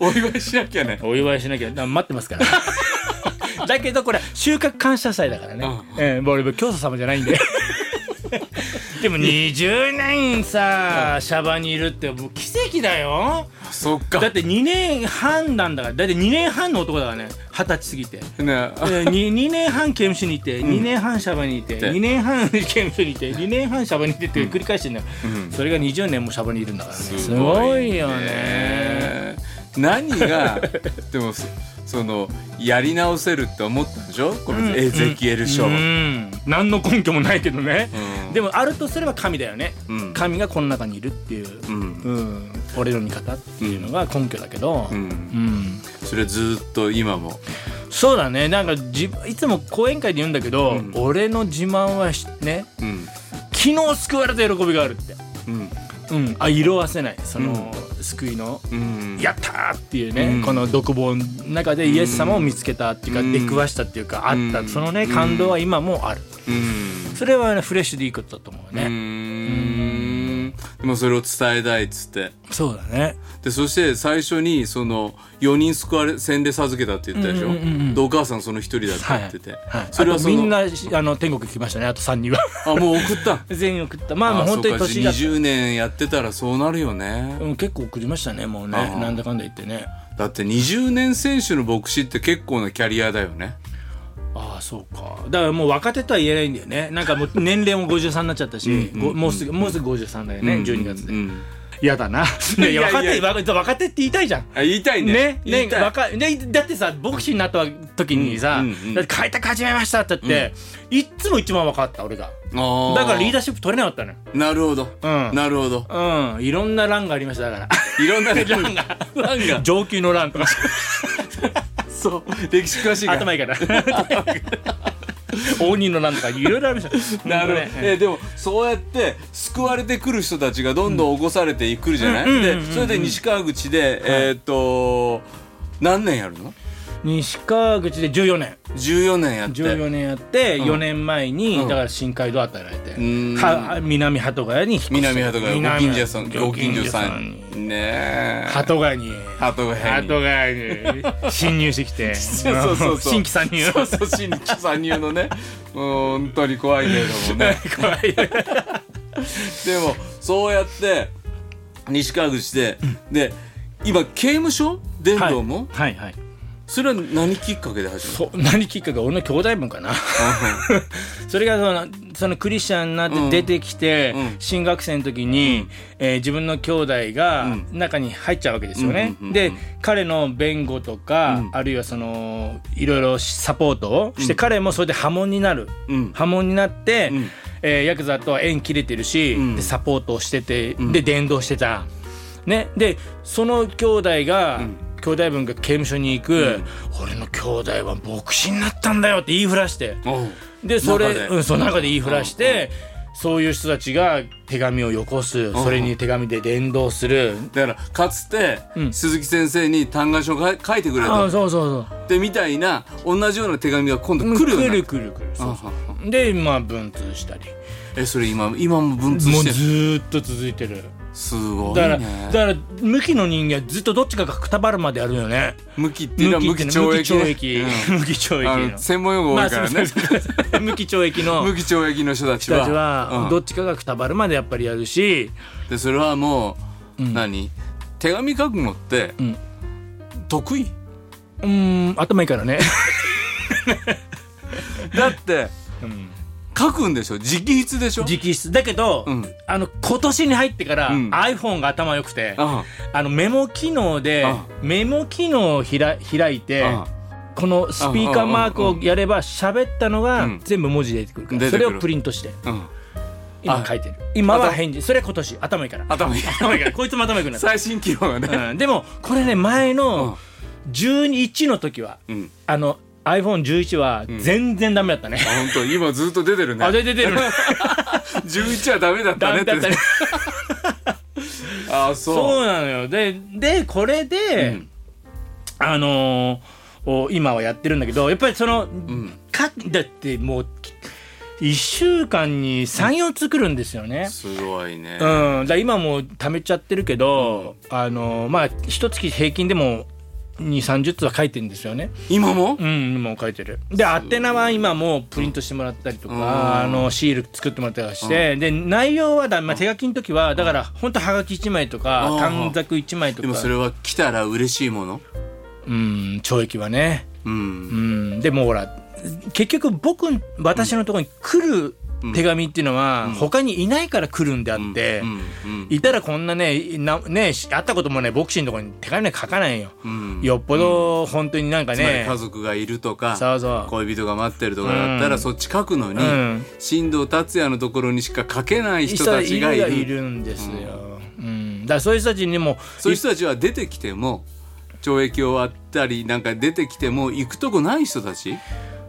[SPEAKER 5] お祝いしなきゃね
[SPEAKER 6] お祝いしなきゃな待ってますから だけどこれ収穫感謝祭だからね、ええもう俺教祖様じゃないん ででも20年さシャバにいるってもう奇跡だよ
[SPEAKER 5] そっか
[SPEAKER 6] だって2年半なんだからだって2年半の男だからね二十歳過ぎて
[SPEAKER 5] ねあ
[SPEAKER 6] えーに 2, 年半刑務所にいて2年半シャバにいて
[SPEAKER 5] で
[SPEAKER 6] 2年半刑務所にいて2年半シャバにいてって繰り返してんだよ、それが20年もシャバにいるんだからねすごいよね
[SPEAKER 5] え何がでもそそのやり直せるって思ったんでしょこれ、エゼキエル書、
[SPEAKER 6] うん何の根拠もないけどね、
[SPEAKER 5] うん
[SPEAKER 6] でもあるとすれば神だよね、
[SPEAKER 5] うん
[SPEAKER 6] 神がこの中にいるっていう、
[SPEAKER 5] うん
[SPEAKER 6] うん俺の味方っていうのが根拠だけど、
[SPEAKER 5] うん
[SPEAKER 6] うん
[SPEAKER 5] それずーっと今も
[SPEAKER 6] そうだねなんかじいつも講演会で言うんだけど、俺の自慢はしね
[SPEAKER 5] うん
[SPEAKER 6] 昨日救われた喜びがあるって、
[SPEAKER 5] うん
[SPEAKER 6] うん、あ色あせないその、救いの、
[SPEAKER 5] うん
[SPEAKER 6] やったーっていうね、
[SPEAKER 5] うん
[SPEAKER 6] この独房の中でイエス様を見つけたっていうか、
[SPEAKER 5] うん
[SPEAKER 6] 出くわしたっていうか、あった、
[SPEAKER 5] うん
[SPEAKER 6] そのね感動は今もある、
[SPEAKER 5] うん
[SPEAKER 6] それは、ね、フレッシュでいいことだと思う
[SPEAKER 5] うー
[SPEAKER 6] ね、
[SPEAKER 5] んでもそれを伝えたいっつって
[SPEAKER 6] そうだね
[SPEAKER 5] でそして最初にその4人救われ洗礼授けたって言ったでしょ、
[SPEAKER 6] うんうんうんうん
[SPEAKER 5] でお母さんその1人だって言ってて、
[SPEAKER 6] はいはい、
[SPEAKER 5] そ
[SPEAKER 6] そ
[SPEAKER 5] れ
[SPEAKER 6] れ
[SPEAKER 5] は
[SPEAKER 6] は
[SPEAKER 5] そ
[SPEAKER 6] みん
[SPEAKER 5] のあ
[SPEAKER 6] なあの天国行きましたねあと3人は
[SPEAKER 5] もう送った
[SPEAKER 6] 全員送ったまあ
[SPEAKER 5] あ
[SPEAKER 6] もう本当に
[SPEAKER 5] そうか
[SPEAKER 6] 年が
[SPEAKER 5] 20年やってたらそうなるよね、
[SPEAKER 6] うん、結構送りましたねもうね
[SPEAKER 5] ああ
[SPEAKER 6] なんだかんだ言ってね
[SPEAKER 5] だって20年選手の牧師って結構なキャリアだよね
[SPEAKER 6] ああそうかだからもう若手とは言えないんだよねなんかもう年齢も53になっちゃったし、ごもうすぐもうすぐ53だよね、12月で、
[SPEAKER 5] うん
[SPEAKER 6] 嫌だないや
[SPEAKER 5] い
[SPEAKER 6] いや
[SPEAKER 5] や
[SPEAKER 6] 若
[SPEAKER 5] いや
[SPEAKER 6] 手若手若手って言いたいじゃん
[SPEAKER 5] あ言いたいね
[SPEAKER 6] ね
[SPEAKER 5] 言い
[SPEAKER 6] ね
[SPEAKER 5] たい
[SPEAKER 6] 若いねだってさボクシーになった時にさ
[SPEAKER 5] うんうんうん
[SPEAKER 6] だって開拓始めました」って言って、いっつも一番若かった俺が
[SPEAKER 5] あー
[SPEAKER 6] だからリーダーシップ取れなかったのよ
[SPEAKER 5] なるほど、
[SPEAKER 6] うん
[SPEAKER 5] なるほど
[SPEAKER 6] うんいろんな欄がありましただから
[SPEAKER 5] いろん な
[SPEAKER 6] 欄が上級の欄とか
[SPEAKER 5] そう歴史詳しいから
[SPEAKER 6] 頭い いから応仁の欄とかいろいろありました
[SPEAKER 5] なるほど、
[SPEAKER 6] 本当ね
[SPEAKER 5] えでもそうやって救われてくる人たちがどんどん起こされてくるじゃない、
[SPEAKER 6] うんうんうんうん
[SPEAKER 5] でそれで西川口で、えーっと何年やるの
[SPEAKER 6] 西川口で14年
[SPEAKER 5] ?14 年やって
[SPEAKER 6] 14年やって
[SPEAKER 5] ん
[SPEAKER 6] 4年前に、
[SPEAKER 5] うん
[SPEAKER 6] だから深海道与えられて、
[SPEAKER 5] ん
[SPEAKER 6] は南鳩ヶ谷に引っ越して
[SPEAKER 5] 南鳩ヶ谷ご近所さん
[SPEAKER 6] 南
[SPEAKER 5] ご近所さ
[SPEAKER 6] ご
[SPEAKER 5] ん
[SPEAKER 6] 近所
[SPEAKER 5] にねえ
[SPEAKER 6] 鳩ヶ谷に
[SPEAKER 5] 鳩ヶ
[SPEAKER 6] ハ
[SPEAKER 5] 谷
[SPEAKER 6] ー
[SPEAKER 5] に
[SPEAKER 6] トが侵入してき て
[SPEAKER 5] そうそうそうそう
[SPEAKER 6] 新規参入
[SPEAKER 5] そうそう新規参入の ねうん本当に怖いけれどもね
[SPEAKER 6] 怖い
[SPEAKER 5] でもそうやって西川口で、で今刑務所伝道も、
[SPEAKER 6] はいはい
[SPEAKER 5] それは何きっかけで始まる
[SPEAKER 6] そ何きっかけ俺の兄弟分かなそれがそのそのクリスチャンになって出てきて、
[SPEAKER 5] うん
[SPEAKER 6] 新学生の時に、えー自分の兄弟が中に入っちゃうわけですよ
[SPEAKER 5] うんうん
[SPEAKER 6] ね、
[SPEAKER 5] うんうん
[SPEAKER 6] で彼の弁護とか、
[SPEAKER 5] うん
[SPEAKER 6] あるいはそのいろいろサポートをして、彼もそれで波紋になる
[SPEAKER 5] うん
[SPEAKER 6] 波紋になって、
[SPEAKER 5] うん
[SPEAKER 6] えーヤクザとは縁切れてるし、
[SPEAKER 5] うん
[SPEAKER 6] でサポートをしてて、
[SPEAKER 5] ん
[SPEAKER 6] で伝道してた、ね、でその兄弟が、
[SPEAKER 5] ん
[SPEAKER 6] 兄弟分が刑務所に行く、俺の兄弟は牧師になったんだよって言いふらして
[SPEAKER 5] おう
[SPEAKER 6] でそ
[SPEAKER 5] 中
[SPEAKER 6] れ
[SPEAKER 5] で
[SPEAKER 6] うん、その中で言いふらして、そういう人たちが手紙をよこす、それに手紙で伝道する。
[SPEAKER 5] だからかつて、
[SPEAKER 6] うん
[SPEAKER 5] 鈴木先生に嘆願書を書い書いてくれ
[SPEAKER 6] あ
[SPEAKER 5] た
[SPEAKER 6] あ
[SPEAKER 5] っ
[SPEAKER 6] そうそう
[SPEAKER 5] てみたいな同じような手紙が今度
[SPEAKER 6] そう
[SPEAKER 5] 来るようにな
[SPEAKER 6] 来
[SPEAKER 5] る
[SPEAKER 6] る来る来る
[SPEAKER 5] あ
[SPEAKER 6] そ
[SPEAKER 5] は
[SPEAKER 6] う
[SPEAKER 5] は
[SPEAKER 6] そうでまあ文通したり
[SPEAKER 5] えそれ今今も文通
[SPEAKER 6] もうず
[SPEAKER 5] してる
[SPEAKER 6] ーっと続いてる
[SPEAKER 5] すごい
[SPEAKER 6] だから、
[SPEAKER 5] ね
[SPEAKER 6] だから無期の人間ずっとどっちかがくたばるまでやるよね。
[SPEAKER 5] 無期っていうのは無期
[SPEAKER 6] 無期
[SPEAKER 5] 懲役ね
[SPEAKER 6] 無期懲
[SPEAKER 5] うんあの
[SPEAKER 6] 役。 無期懲役
[SPEAKER 5] 専門用語
[SPEAKER 6] の。
[SPEAKER 5] 多いからね、
[SPEAKER 6] そうそうそう 無期懲役の
[SPEAKER 5] 無期懲役の人たち
[SPEAKER 6] 人
[SPEAKER 5] は
[SPEAKER 6] たちは
[SPEAKER 5] うん
[SPEAKER 6] どっちかがくたばるまでやっぱりやるし、
[SPEAKER 5] でそれはもう、何手紙書くのって、
[SPEAKER 6] ん
[SPEAKER 5] 得意
[SPEAKER 6] うーん頭いいからね。
[SPEAKER 5] だって、書くんでしょ直筆でしょ
[SPEAKER 6] 直筆だけど、
[SPEAKER 5] うん
[SPEAKER 6] あの今年に入ってから、
[SPEAKER 5] うん
[SPEAKER 6] iPhone が頭良くて、
[SPEAKER 5] あ
[SPEAKER 6] あのメモ機能で
[SPEAKER 5] あ
[SPEAKER 6] メモ機能をひら開いて。
[SPEAKER 5] あ
[SPEAKER 6] このスピーカーマークをやれば喋ったのが
[SPEAKER 5] うん
[SPEAKER 6] 全部文字で出てくるから、
[SPEAKER 5] 出て
[SPEAKER 6] そ
[SPEAKER 5] くる
[SPEAKER 6] れをプリントして
[SPEAKER 5] あうん
[SPEAKER 6] 今
[SPEAKER 5] あ
[SPEAKER 6] 書いてる今
[SPEAKER 5] あ
[SPEAKER 6] は
[SPEAKER 5] と
[SPEAKER 6] 返事それ今年頭いいから
[SPEAKER 5] 頭いい
[SPEAKER 6] 頭いいからこいつも頭いいくなっ た、
[SPEAKER 5] 最新機能がね、
[SPEAKER 6] うん、でもこれね前
[SPEAKER 5] うん
[SPEAKER 6] の121の時は、
[SPEAKER 5] うん
[SPEAKER 6] あの iPhone11 は全然ダメだったね、
[SPEAKER 5] あ本当今ずっと出てるね
[SPEAKER 6] あ出て出てるね
[SPEAKER 5] 11はダメだった
[SPEAKER 6] ダ
[SPEAKER 5] ね
[SPEAKER 6] メ
[SPEAKER 5] っ
[SPEAKER 6] だ
[SPEAKER 5] て
[SPEAKER 6] ったね
[SPEAKER 5] あそう
[SPEAKER 6] そうなのよででこれで、
[SPEAKER 5] うん
[SPEAKER 6] あのーお今はやってるんだけどやっぱりその、かだってもう1週間に34つ来るんですよね、
[SPEAKER 5] すごいね、
[SPEAKER 6] うん、だから今もう貯めちゃってるけど、あのまあ一月平均でも2三3 0通は書いてるんですよね
[SPEAKER 5] 今も
[SPEAKER 6] うんもう書いてるで宛名は今もうプリントしてもらったりとか、あのシール作ってもらったりとかして、で内容はだ、まあ、手書きの時はだから本当はがき1枚とか
[SPEAKER 5] うん
[SPEAKER 6] 短冊1枚と
[SPEAKER 5] で
[SPEAKER 6] か
[SPEAKER 5] もそれは来たら嬉しいもの
[SPEAKER 6] うん懲役はね
[SPEAKER 5] う
[SPEAKER 6] うんんでもほら結局僕私のところに来る手紙っていうのは他にいないから来るんであって、いたらこんなねなねし会ったこともねボクシーのとこに手紙なんか書かないよ、
[SPEAKER 5] ん
[SPEAKER 6] よっぽど本当になんか
[SPEAKER 5] つまり
[SPEAKER 6] ね
[SPEAKER 5] 家族がいるとか
[SPEAKER 6] そうそう
[SPEAKER 5] 恋人が待ってるとかだったら、
[SPEAKER 6] うん
[SPEAKER 5] そっち書くのに、
[SPEAKER 6] うん
[SPEAKER 5] 新藤達也のところにしか書けない人
[SPEAKER 6] 人
[SPEAKER 5] た
[SPEAKER 6] た
[SPEAKER 5] ち
[SPEAKER 6] ち
[SPEAKER 5] が
[SPEAKER 6] が
[SPEAKER 5] い
[SPEAKER 6] い
[SPEAKER 5] る
[SPEAKER 6] るいるんですよ、うんだからそういう人たちにも
[SPEAKER 5] そういう人たちは出てきても懲役を割ったりなんか出てきても行くとこない人たち
[SPEAKER 6] い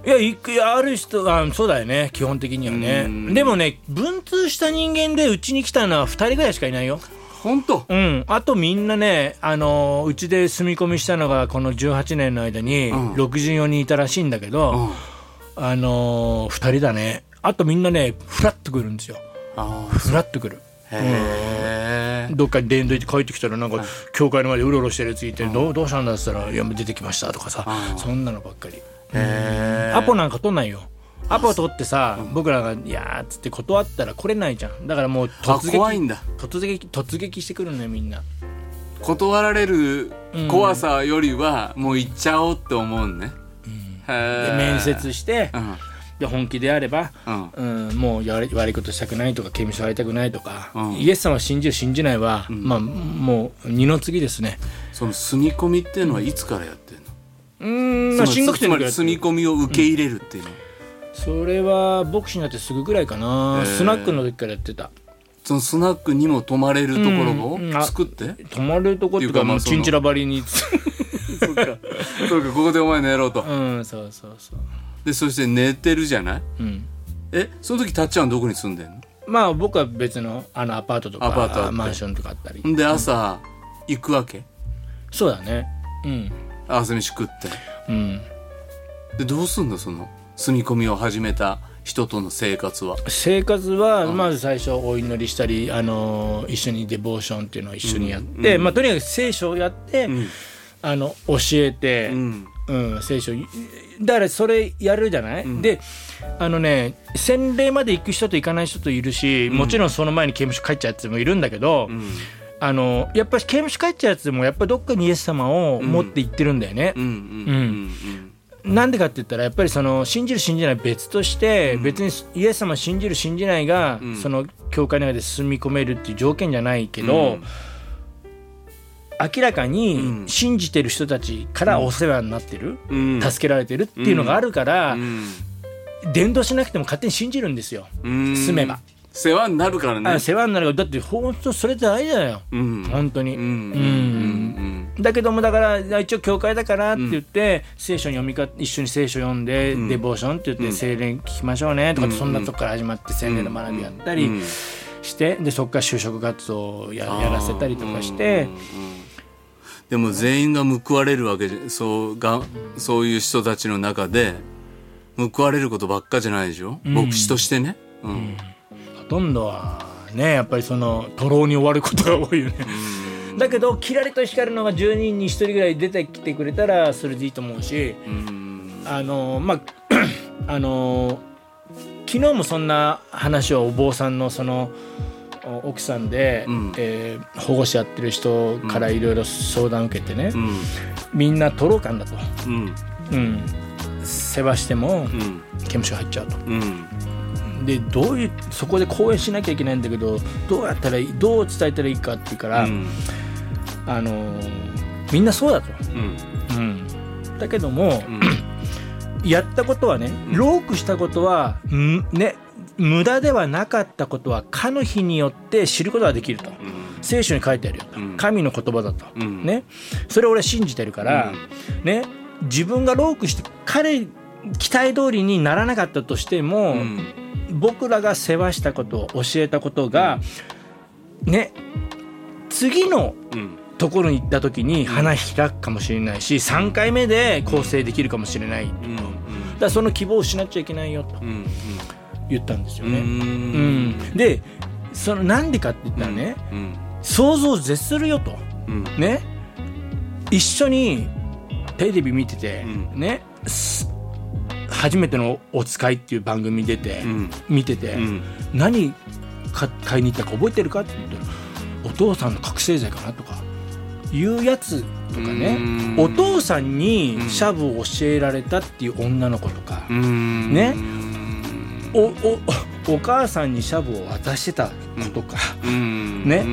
[SPEAKER 6] やいくいやある人あそうだよね基本的には
[SPEAKER 5] うん
[SPEAKER 6] ねでもね文通した人間でうちに来たのは2人ぐらいしかいないよ
[SPEAKER 5] 本当
[SPEAKER 6] うん、あとみんなね、あのうちで住み込みしたのが、この18年の間に
[SPEAKER 5] ん
[SPEAKER 6] 64人いたらしいんだけど、あのー、2人だね、あとみんなね、ふらっと来るんですよ、
[SPEAKER 5] あ
[SPEAKER 6] ふらっと来る、
[SPEAKER 5] あへえ
[SPEAKER 6] どっかに電動行って帰ってきたら、なんか、教会の前でうろうろしてるやついて、どうどうしたんだって言ったら、いや、出てきましたとかさ、そんなのばっかり。
[SPEAKER 5] へ
[SPEAKER 6] アポなんか取んないよ。アポ取ってさ、僕らが、いやーっつって断ったら来れないじゃん。だからもう突撃、
[SPEAKER 5] あ怖いんだ
[SPEAKER 6] 突撃、突撃してくるのよ、みんな。
[SPEAKER 5] え断られる怖さよりはもう行っちゃおうって思うね、へえ
[SPEAKER 6] で面接して、
[SPEAKER 5] ん
[SPEAKER 6] で本気であれば、
[SPEAKER 5] うん
[SPEAKER 6] うんもうやれ悪いことしたくないとか刑務所入りたくないとか、
[SPEAKER 5] うん
[SPEAKER 6] イエス様を信じる信じないは、まあもう二の次ですね
[SPEAKER 5] その住み込みっていうのはいつからやってるの、
[SPEAKER 6] うんまあ進学生
[SPEAKER 5] つ
[SPEAKER 6] の
[SPEAKER 5] ま
[SPEAKER 6] 時
[SPEAKER 5] り
[SPEAKER 6] は
[SPEAKER 5] 住み込みを受け入れるっていうの、
[SPEAKER 6] それはボクシーになってすぐぐらいかな
[SPEAKER 5] へー
[SPEAKER 6] スナックの時からやってた
[SPEAKER 5] そのスナックにも泊まれるとこ
[SPEAKER 6] うんう
[SPEAKER 5] ろ
[SPEAKER 6] ん
[SPEAKER 5] を
[SPEAKER 6] あ
[SPEAKER 5] 作って、
[SPEAKER 6] 泊まるとこっていう
[SPEAKER 5] っていうか
[SPEAKER 6] か
[SPEAKER 5] まあ
[SPEAKER 6] もう
[SPEAKER 5] その
[SPEAKER 6] チンチラばり に
[SPEAKER 5] そうかそうかここでお前寝ろと、
[SPEAKER 6] うんそうそうそう
[SPEAKER 5] でそして寝てるじゃない
[SPEAKER 6] うん
[SPEAKER 5] えその時たっちゃんはどこに住んでんの
[SPEAKER 6] まあ僕は別のあのアパートと
[SPEAKER 5] アパートあっ
[SPEAKER 6] か
[SPEAKER 5] て
[SPEAKER 6] マンションとかあったり
[SPEAKER 5] んで朝行くわけ
[SPEAKER 6] そうだねうん
[SPEAKER 5] 朝飯食って
[SPEAKER 6] うん
[SPEAKER 5] でどうすんだその住み込みを始めた人との生活は
[SPEAKER 6] 生活はまず最初お祈りしたり、あの一緒にデボーションっていうのを一緒にやって、まあ、とにかく聖書をやって、あの教えて、
[SPEAKER 5] うん
[SPEAKER 6] うん聖書だからそれやるじゃない、であのね洗礼まで行く人と行かない人といるし、もちろんその前に刑務所帰っちゃうやつもいるんだけど、あのやっぱり刑務所帰っちゃうやつもやっぱどっかにイエス様を持って行ってるんだよね。
[SPEAKER 5] うんうん
[SPEAKER 6] なんでかって言ったらやっぱりその信じる信じないは別として、別にイエス様信じる信じないが、その教会の中で進み込めるっていう条件じゃないけど、明らかに信じてる人たちからお世話になってる、
[SPEAKER 5] うんうん
[SPEAKER 6] 助けられてるっていうのがあるから、
[SPEAKER 5] うん
[SPEAKER 6] 伝道しなくても勝手に信じるんですよ、
[SPEAKER 5] うん
[SPEAKER 6] 住めば。
[SPEAKER 5] 世話になるからね
[SPEAKER 6] あ世話になるからだって本当それって大事だよ、
[SPEAKER 5] うん
[SPEAKER 6] 本当に。
[SPEAKER 5] うんうんうん
[SPEAKER 6] だけどもだから一応教会だからって言って、聖書に読みか一緒に聖書読んで、デボーションって言って聖霊聞きましょうねとかってそんなとこから始まって聖霊の学びやったりしてでそこから就職活動をややらせたりとかして
[SPEAKER 5] でも全員が報われるわけじゃそうがそういう人たちの中で報われることばっかじゃないでしょ、牧師としてね、うん
[SPEAKER 6] ほとんどはねやっぱりその徒労に終わることが多いよね。だけどキラリと光るのが10人に1人ぐらい出てきてくれたらそれでいいと思うし。あ のまああの昨日もそんな話をお坊さんのそのお奥さんで、
[SPEAKER 5] ん
[SPEAKER 6] えー保護者やってる人からいろいろ相談受けてね、
[SPEAKER 5] うん
[SPEAKER 6] みんな取ろうかんだと、
[SPEAKER 5] うん
[SPEAKER 6] うん、世話しても
[SPEAKER 5] うん
[SPEAKER 6] 刑務所入っちゃうと
[SPEAKER 5] うん
[SPEAKER 6] でどういうそこで講演しなきゃいけないんだけどどうやったらいいどう伝えたらいいかって言うから、
[SPEAKER 5] うん
[SPEAKER 6] あのみんなそうだと、
[SPEAKER 5] うん
[SPEAKER 6] うん、だけども、やったことはね、ロークしたことは、んね、無駄ではなかったことは、かの日によって知ることができると。聖書に書いてあるよと、
[SPEAKER 5] ん
[SPEAKER 6] 神の言葉だと、
[SPEAKER 5] ん
[SPEAKER 6] ね。それを俺は信じてるから、ね、自分がロークして、彼、期待通りにならなかったとしても、
[SPEAKER 5] うん
[SPEAKER 6] 僕らが世話したこと、教えたことが、ね、次の
[SPEAKER 5] うん
[SPEAKER 6] ところに行った時に花開くかもしれないし3回目で構成できるかもしれないだか
[SPEAKER 5] うん
[SPEAKER 6] らその希望を失っちゃいけないよと
[SPEAKER 5] うん
[SPEAKER 6] 言ったんですよ
[SPEAKER 5] うんう
[SPEAKER 6] ね。うんん、でそのなんでかって言ったらね、
[SPEAKER 5] うん
[SPEAKER 6] 想像を絶するよと
[SPEAKER 5] うん
[SPEAKER 6] ね一緒にテレビ見てて、
[SPEAKER 5] うん
[SPEAKER 6] ねす初めてのお使いっていう番組出て、
[SPEAKER 5] うん
[SPEAKER 6] 見てて、
[SPEAKER 5] うん
[SPEAKER 6] 何か買いに行ったか覚えてるかって言ったらお父さんの覚醒剤かなとかいうやつとかね
[SPEAKER 5] うん
[SPEAKER 6] お父さんにシャブを教えられたっていう女の子とか、
[SPEAKER 5] うん
[SPEAKER 6] ねおおお母さんにシャブを渡してたことか、
[SPEAKER 5] うん
[SPEAKER 6] ね
[SPEAKER 5] う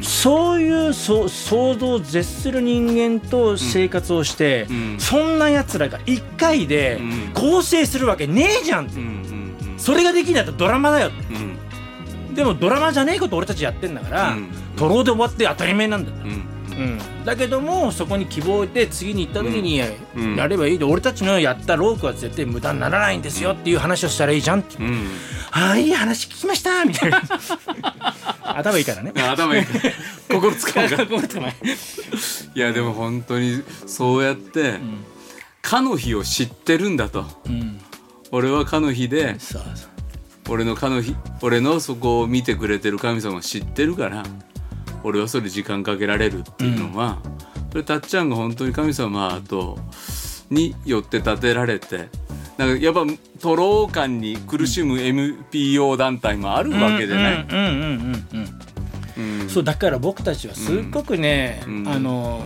[SPEAKER 5] ん
[SPEAKER 6] そういうそ想像を絶する人間と生活をして、
[SPEAKER 5] うん
[SPEAKER 6] そんなやつらが1回で
[SPEAKER 5] うん
[SPEAKER 6] 構成するわけねえじゃんって、
[SPEAKER 5] うんうんうん
[SPEAKER 6] それができないとドラマだよって
[SPEAKER 5] うん
[SPEAKER 6] でもドラマじゃねえこと俺たちやってんだから、
[SPEAKER 5] うん
[SPEAKER 6] トロで終わって当たり前なんだよ、
[SPEAKER 5] うん
[SPEAKER 6] うん、だけどもそこに希望を置いて次に行った時に
[SPEAKER 5] うん
[SPEAKER 6] やればいいで、俺たちのやったロークは絶対無駄にならないんですよっていう話をしたらいいじゃんって、
[SPEAKER 5] うん
[SPEAKER 6] ああいい話聞きました みたいな頭いいからね
[SPEAKER 5] 頭いい心つかむから
[SPEAKER 6] ごめんごめん
[SPEAKER 5] いやでも本当にそうやって、かの日を知ってるんだと
[SPEAKER 6] うん
[SPEAKER 5] 俺はかの日で
[SPEAKER 6] そうそう
[SPEAKER 5] 俺のかの日俺のそこを見てくれてる神様を知ってるから俺はそれ時間かけられるっていうのは、それたっちゃんが本当に神様とによって立てられてなんかやっぱ徒労感に苦しむ MPO 団体もあるわけじゃない。
[SPEAKER 6] うんうんうんうん
[SPEAKER 5] うん
[SPEAKER 6] うんそうだから僕たちはすっごくね、
[SPEAKER 5] うん
[SPEAKER 6] あの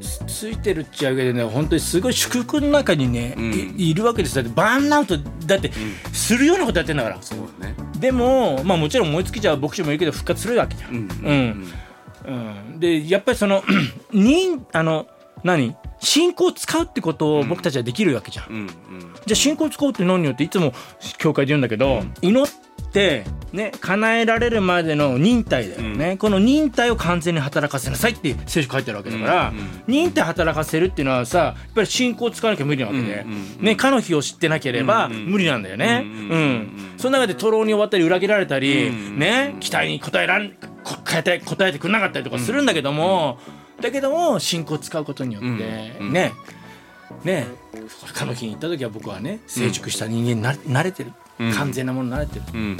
[SPEAKER 6] つついてるっちゃうけどね本当にすごい祝福の中にね、
[SPEAKER 5] うん
[SPEAKER 6] いいるわけですだってバーンアウトだってするようなことやってんだから、
[SPEAKER 5] そうね
[SPEAKER 6] でもまあもちろん燃え尽きちゃう牧師もいるけど復活するわけじゃん、
[SPEAKER 5] うん
[SPEAKER 6] うん、でやっぱりその にあの何信仰を使うってことを僕たちはできるわけじゃん
[SPEAKER 5] うんうん
[SPEAKER 6] じゃあ信仰を使おうって何よっていつも教会で言うんだけど、祈ってね叶えられるまでの忍耐だよね、この忍耐を完全に働かせなさいって聖書書いてあるわけだから、
[SPEAKER 5] うんうん
[SPEAKER 6] 忍耐働かせるっていうのはさやっぱり信仰を使わなきゃ無理なわけで、
[SPEAKER 5] うんうんうん
[SPEAKER 6] ねかの日を知ってなければ
[SPEAKER 5] うんうん
[SPEAKER 6] 無理なんだよね、
[SPEAKER 5] う
[SPEAKER 6] う
[SPEAKER 5] う
[SPEAKER 6] んん
[SPEAKER 5] んうん
[SPEAKER 6] その中で徒労に終わったり裏切られたり、
[SPEAKER 5] うんうん
[SPEAKER 6] ね期待に応えらんこ答えて答えてくれなかったりとかするんだけども、だけども信仰を使うことによって、
[SPEAKER 5] うんうん
[SPEAKER 6] ねね彼の日に行った時は僕はね成熟した人間にな慣れてる、
[SPEAKER 5] うん
[SPEAKER 6] 完全なものに慣れてる
[SPEAKER 5] うん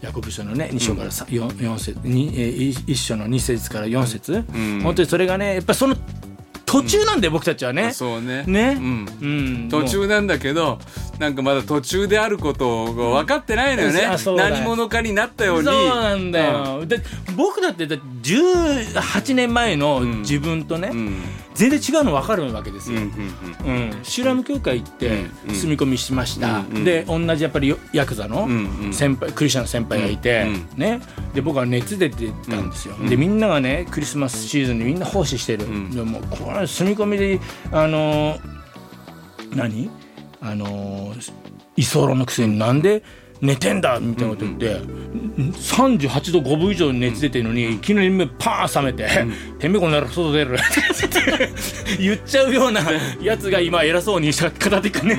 [SPEAKER 6] ヤコブ書のね2章からさ四四節にえーい一章の2節から4節、
[SPEAKER 5] ん
[SPEAKER 6] 本当にそれがねやっぱその途中なんだよ、僕たちはね
[SPEAKER 5] あ。そうね
[SPEAKER 6] ね
[SPEAKER 5] うん
[SPEAKER 6] うん、
[SPEAKER 5] 途
[SPEAKER 6] も
[SPEAKER 5] 中なんだけどなんかまだ途中であることを分かってないのよね、
[SPEAKER 6] あそうだ
[SPEAKER 5] 何者かになったよう
[SPEAKER 6] う
[SPEAKER 5] に
[SPEAKER 6] そうなんだよ、だ僕だってだって18年前の
[SPEAKER 5] ん
[SPEAKER 6] 自分とね、
[SPEAKER 5] うん、うん
[SPEAKER 6] 全然違うの分かるわけです
[SPEAKER 5] うん
[SPEAKER 6] よ、うん、シュラム教会行って
[SPEAKER 5] うんうん
[SPEAKER 6] 住み込みしました、
[SPEAKER 5] うんうん
[SPEAKER 6] で同じやっぱりよヤクザの
[SPEAKER 5] うんうん
[SPEAKER 6] 先輩、クリスチャンの先輩がいて、
[SPEAKER 5] うん
[SPEAKER 6] ね、で僕は熱出てたんですよ、でみんながねクリスマスシーズンにみんな奉仕してる、
[SPEAKER 5] ん
[SPEAKER 6] でもうこれ住み込みであのー何あのー居候のくせになんで寝てんだみたいなこと言って、38度5分以上熱出てるのに、昨日に目パーン冷めて「てめえこの野郎外出る」って 言っちゃうようなやつが今偉そうにした片手くね、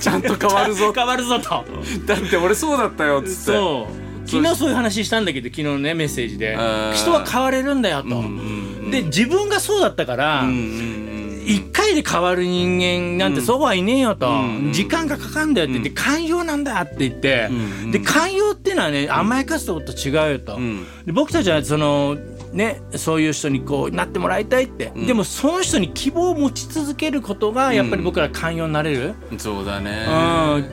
[SPEAKER 5] ちゃんと変わるぞ
[SPEAKER 6] 変わるぞと。
[SPEAKER 5] だって俺そうだったよっつって
[SPEAKER 6] そう昨日そういう話したんだけど昨日のねメッセージで
[SPEAKER 5] あー
[SPEAKER 6] 人は変われるんだよと、で自分がそうだったから、
[SPEAKER 5] うんうん
[SPEAKER 6] 一回で変わる人間なんてそうはいねえよと、
[SPEAKER 5] ん
[SPEAKER 6] 時間がかかんだよって言って、寛容なんだって言って、
[SPEAKER 5] うん
[SPEAKER 6] で寛容ってのはね甘やかすことと違うよと、
[SPEAKER 5] ん
[SPEAKER 6] で僕たちはそのねそういう人にこうなってもらいたいって、でもその人に希望を持ち続けることがやっぱり僕ら寛容になれる、
[SPEAKER 5] うんそうだね
[SPEAKER 6] う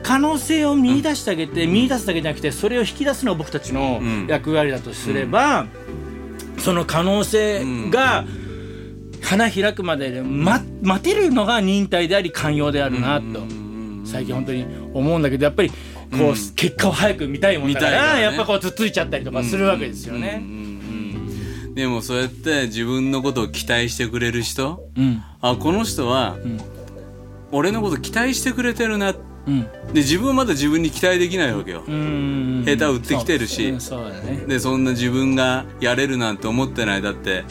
[SPEAKER 6] ん可能性を見出してあげて、見出すだけじゃなくてそれを引き出すのが僕たちの
[SPEAKER 5] ん
[SPEAKER 6] 役割だとすれば、その可能性が花開くまでで、ま、待てるのが忍耐であり寛容であるなと、最近本当に思うんだけどやっぱりこう、結果を早く見たいもんだか
[SPEAKER 5] 見たいかららね
[SPEAKER 6] やっぱこうつっついちゃったりとかするわけですよね。
[SPEAKER 5] でもそうやって自分のことを期待してくれる人
[SPEAKER 6] うん
[SPEAKER 5] あこの人は、俺のこと期待してくれてるなで
[SPEAKER 6] うん
[SPEAKER 5] 自分はまだ自分に期待できないわけよ、
[SPEAKER 6] うん
[SPEAKER 5] 下手打ってきてるし
[SPEAKER 6] そううんそうだね
[SPEAKER 5] でそんな自分がやれるなんて思ってないだって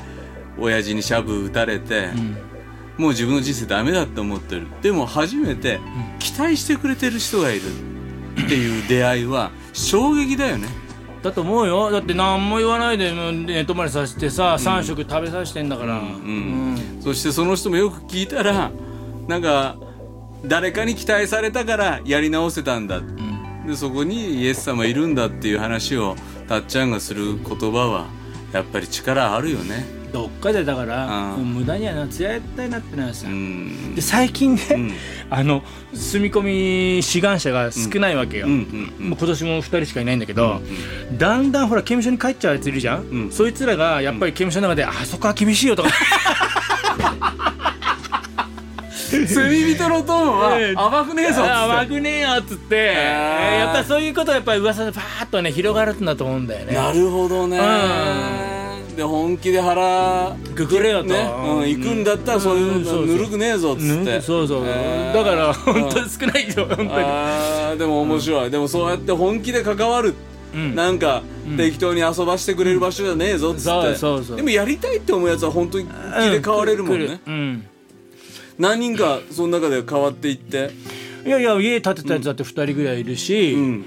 [SPEAKER 5] 親父にシャブ打たれて、もう自分の人生ダメだって思ってるでも初めて期待してくれてる人がいるっていう出会いは衝撃だよね
[SPEAKER 6] だと思うよだって何も言わないでうん寝泊まりさせてさ、三3食食べさせてんだから、
[SPEAKER 5] んそしてその人もよく聞いたらなんか誰かに期待されたからやり直せたんだ、でそこにイエス様いるんだっていう話をたっちゃんがする言葉はやっぱり力あるよね
[SPEAKER 6] どっかでだから、
[SPEAKER 5] うん
[SPEAKER 6] もう無駄にはなつやったいなってないさ、
[SPEAKER 5] うん
[SPEAKER 6] で最近ね、 あの住み込み志願者が少ないわけよ、
[SPEAKER 5] うんうんうん
[SPEAKER 6] もう今年も2人しかいないんだけど、だんだんほら刑務所に帰っちゃうやついるじゃん、
[SPEAKER 5] うん
[SPEAKER 6] そいつらがやっぱり刑務所の中で、あそこは厳しいよとか
[SPEAKER 5] 罪人のトーン
[SPEAKER 6] ええ
[SPEAKER 5] は甘くねえぞっつ
[SPEAKER 6] あ
[SPEAKER 5] っ
[SPEAKER 6] 甘
[SPEAKER 5] て
[SPEAKER 6] く ねえよっつって、
[SPEAKER 5] あー
[SPEAKER 6] やっぱりそういうことはやっぱり噂でパーッとね広がるんだと思うんだよね
[SPEAKER 5] なるほどね
[SPEAKER 6] う
[SPEAKER 5] で本気で腹
[SPEAKER 6] くくれよと
[SPEAKER 5] ねうん、行くんだったらそういうの
[SPEAKER 6] うん
[SPEAKER 5] ぬるくねえぞっつっ
[SPEAKER 6] う
[SPEAKER 5] て
[SPEAKER 6] んそうそう、
[SPEAKER 5] えー
[SPEAKER 6] だから本当に少ないよ本当に
[SPEAKER 5] あーでも面白い、でもそうやって本気で関わる、
[SPEAKER 6] ん
[SPEAKER 5] なんか、適当に遊ばしてくれる場所じゃねえぞっつって、
[SPEAKER 6] そうそうそう
[SPEAKER 5] でもやりたいって思うやつは本当に気で変われるもんね、
[SPEAKER 6] くくうん
[SPEAKER 5] 何人かその中で変わっていって
[SPEAKER 6] いやいや家建てたやつだって2人ぐらいいるし、
[SPEAKER 5] ん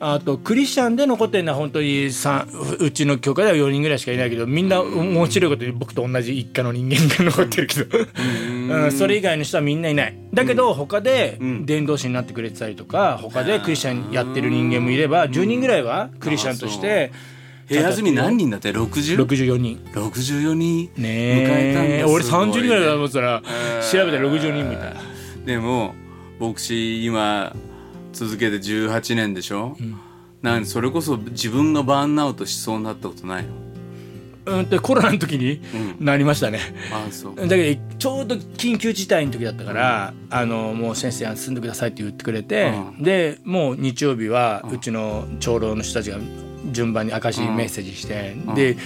[SPEAKER 6] あとクリスチャンで残ってるのは本当にさううちの教会では4人ぐらいしかいないけどみんな面白いことに僕と同じ一家の人間が残ってるけど、 うん、それ以外の人はみんないないだけど他で
[SPEAKER 5] ん
[SPEAKER 6] 伝道師になってくれてたりとか他でクリスチャンやってる人間もいれば10人ぐらいはクリスチャンとして
[SPEAKER 5] 部屋住み何人だって 60?64
[SPEAKER 6] 64人。
[SPEAKER 5] 人迎
[SPEAKER 6] ね
[SPEAKER 5] えたんだ、
[SPEAKER 6] え
[SPEAKER 5] すごい
[SPEAKER 6] 俺30人ぐらいだと
[SPEAKER 5] ね
[SPEAKER 6] 思ってたら調べたら60人もいた
[SPEAKER 5] でも牧師今続けて18年でしょ、なんそれこそ自分がバーンアウトしそうになったことないの
[SPEAKER 6] うんとコロナの時になりましたね、
[SPEAKER 5] あそう
[SPEAKER 6] だけどちょうど緊急事態の時だったから、あのもう先生休んでくださいって言ってくれて、
[SPEAKER 5] う
[SPEAKER 6] でもう日曜日はうちの長老の人たちが順番に証しメッセージして、で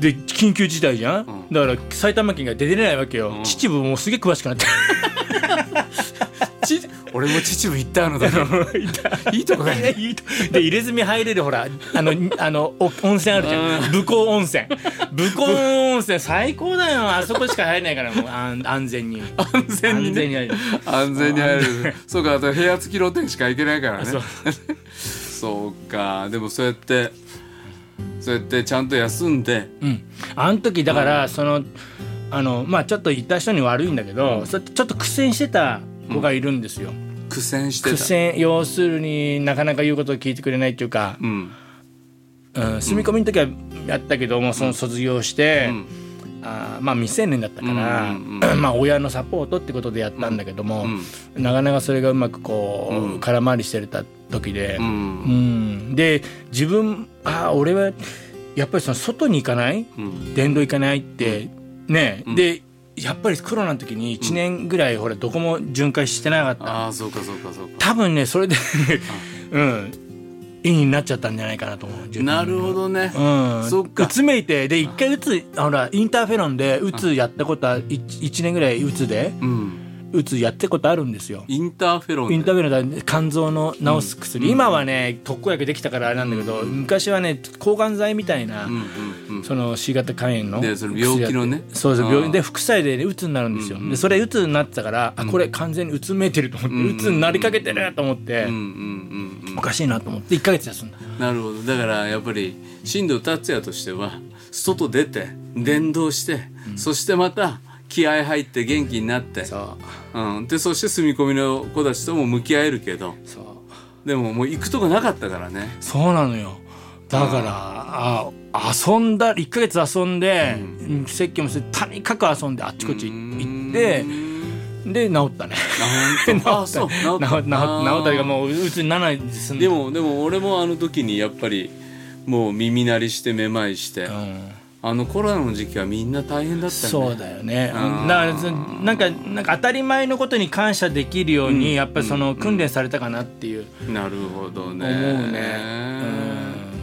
[SPEAKER 6] で緊急事態じゃん、だから埼玉県が出てないわけよ、秩父もうすげえ詳しくなって
[SPEAKER 5] ち俺も秩父行ったのだから いいとこだね
[SPEAKER 6] で入れ墨入れるほらあのあのお温泉あるじゃん武甲温 泉武甲温泉最高だよあそこしか入れないからもうあん安全に
[SPEAKER 5] 安全に
[SPEAKER 6] 安全
[SPEAKER 5] ね
[SPEAKER 6] に入る。
[SPEAKER 5] 安全に入るそうかあと部屋付き露天しか行けないからね
[SPEAKER 6] そう
[SPEAKER 5] そうかでもそうやってそうやってちゃんと休んで
[SPEAKER 6] うん、あの時だから、そのあのまあちょっと言った人に悪いんだけど、そちょっと苦戦してた子がいるんですよ、
[SPEAKER 5] 苦戦してた
[SPEAKER 6] 苦戦要するになかなか言うことを聞いてくれないっていうか、
[SPEAKER 5] うん
[SPEAKER 6] うん、住み込みの時はやったけどもその卒業して、あーまあ未成年だったから、
[SPEAKER 5] うん
[SPEAKER 6] まあ親のサポートってことでやったんだけども、
[SPEAKER 5] ん
[SPEAKER 6] なかなかそれがうまくこう、空回りしてた時で、
[SPEAKER 5] う
[SPEAKER 6] うんん、で自分ああ俺はやっぱりその外に行かない、
[SPEAKER 5] ん
[SPEAKER 6] 殿堂行かないってね、でやっぱりコロナの時に1年ぐらい、ほらどこも巡回してなかった
[SPEAKER 5] ああそうかそうかそうか
[SPEAKER 6] 多分ねそれで うんいいになっちゃったんじゃないかなと思う自分
[SPEAKER 5] なるほどね
[SPEAKER 6] うん、
[SPEAKER 5] そっか
[SPEAKER 6] うつめいてで一回うつほらインターフェロンでうつやったことは 1, 年ぐらいうつで
[SPEAKER 5] うん
[SPEAKER 6] うつやったことあるんですよ
[SPEAKER 5] インターフェロン
[SPEAKER 6] インター
[SPEAKER 5] フ
[SPEAKER 6] フェロンだ肝臓の治す薬、今はね特効薬できたからあれなんだけど、昔はね抗がん剤みたいな、
[SPEAKER 5] ェうんうんうん
[SPEAKER 6] その C 型肝炎の
[SPEAKER 5] でその病気のね
[SPEAKER 6] 薬そうそ
[SPEAKER 5] あ
[SPEAKER 6] う病
[SPEAKER 5] ー
[SPEAKER 6] で副作用でねうつになるんですよ、でそれうつになってたから、あこれ完全にうつめいてると思って、うつになりかけてると思って、
[SPEAKER 5] うんうんうんうん
[SPEAKER 6] おかしいなと思って1ヶ月休んだ
[SPEAKER 5] なるほどだからやっぱり進藤達也としては外出て伝道して、そしてまた気合入って元気になって、
[SPEAKER 6] そう
[SPEAKER 5] ん、でそして住み込みの子たちとも向き合えるけど
[SPEAKER 6] そう
[SPEAKER 5] でももう行くとこなかったからね
[SPEAKER 6] そうなのよだからあ遊んだ1ヶ月遊んで、うん、説教もしてとにかく遊んであっちこっち行ってで治ったね
[SPEAKER 5] あ本当あそう治
[SPEAKER 6] 治
[SPEAKER 5] っ
[SPEAKER 6] ったた治ったりが
[SPEAKER 5] う
[SPEAKER 6] もううつにならないですん
[SPEAKER 5] でもでも俺もあの時にやっぱりもう耳鳴りしてめまいして、
[SPEAKER 6] うん
[SPEAKER 5] あのコロナの時期はみんな大変だったよね
[SPEAKER 6] そうだよねだ
[SPEAKER 5] ん
[SPEAKER 6] からそなんかなんか当たり前のことに感謝できるように、やっぱりその訓練されたかなっていう、
[SPEAKER 5] なるほどね
[SPEAKER 6] 思うね、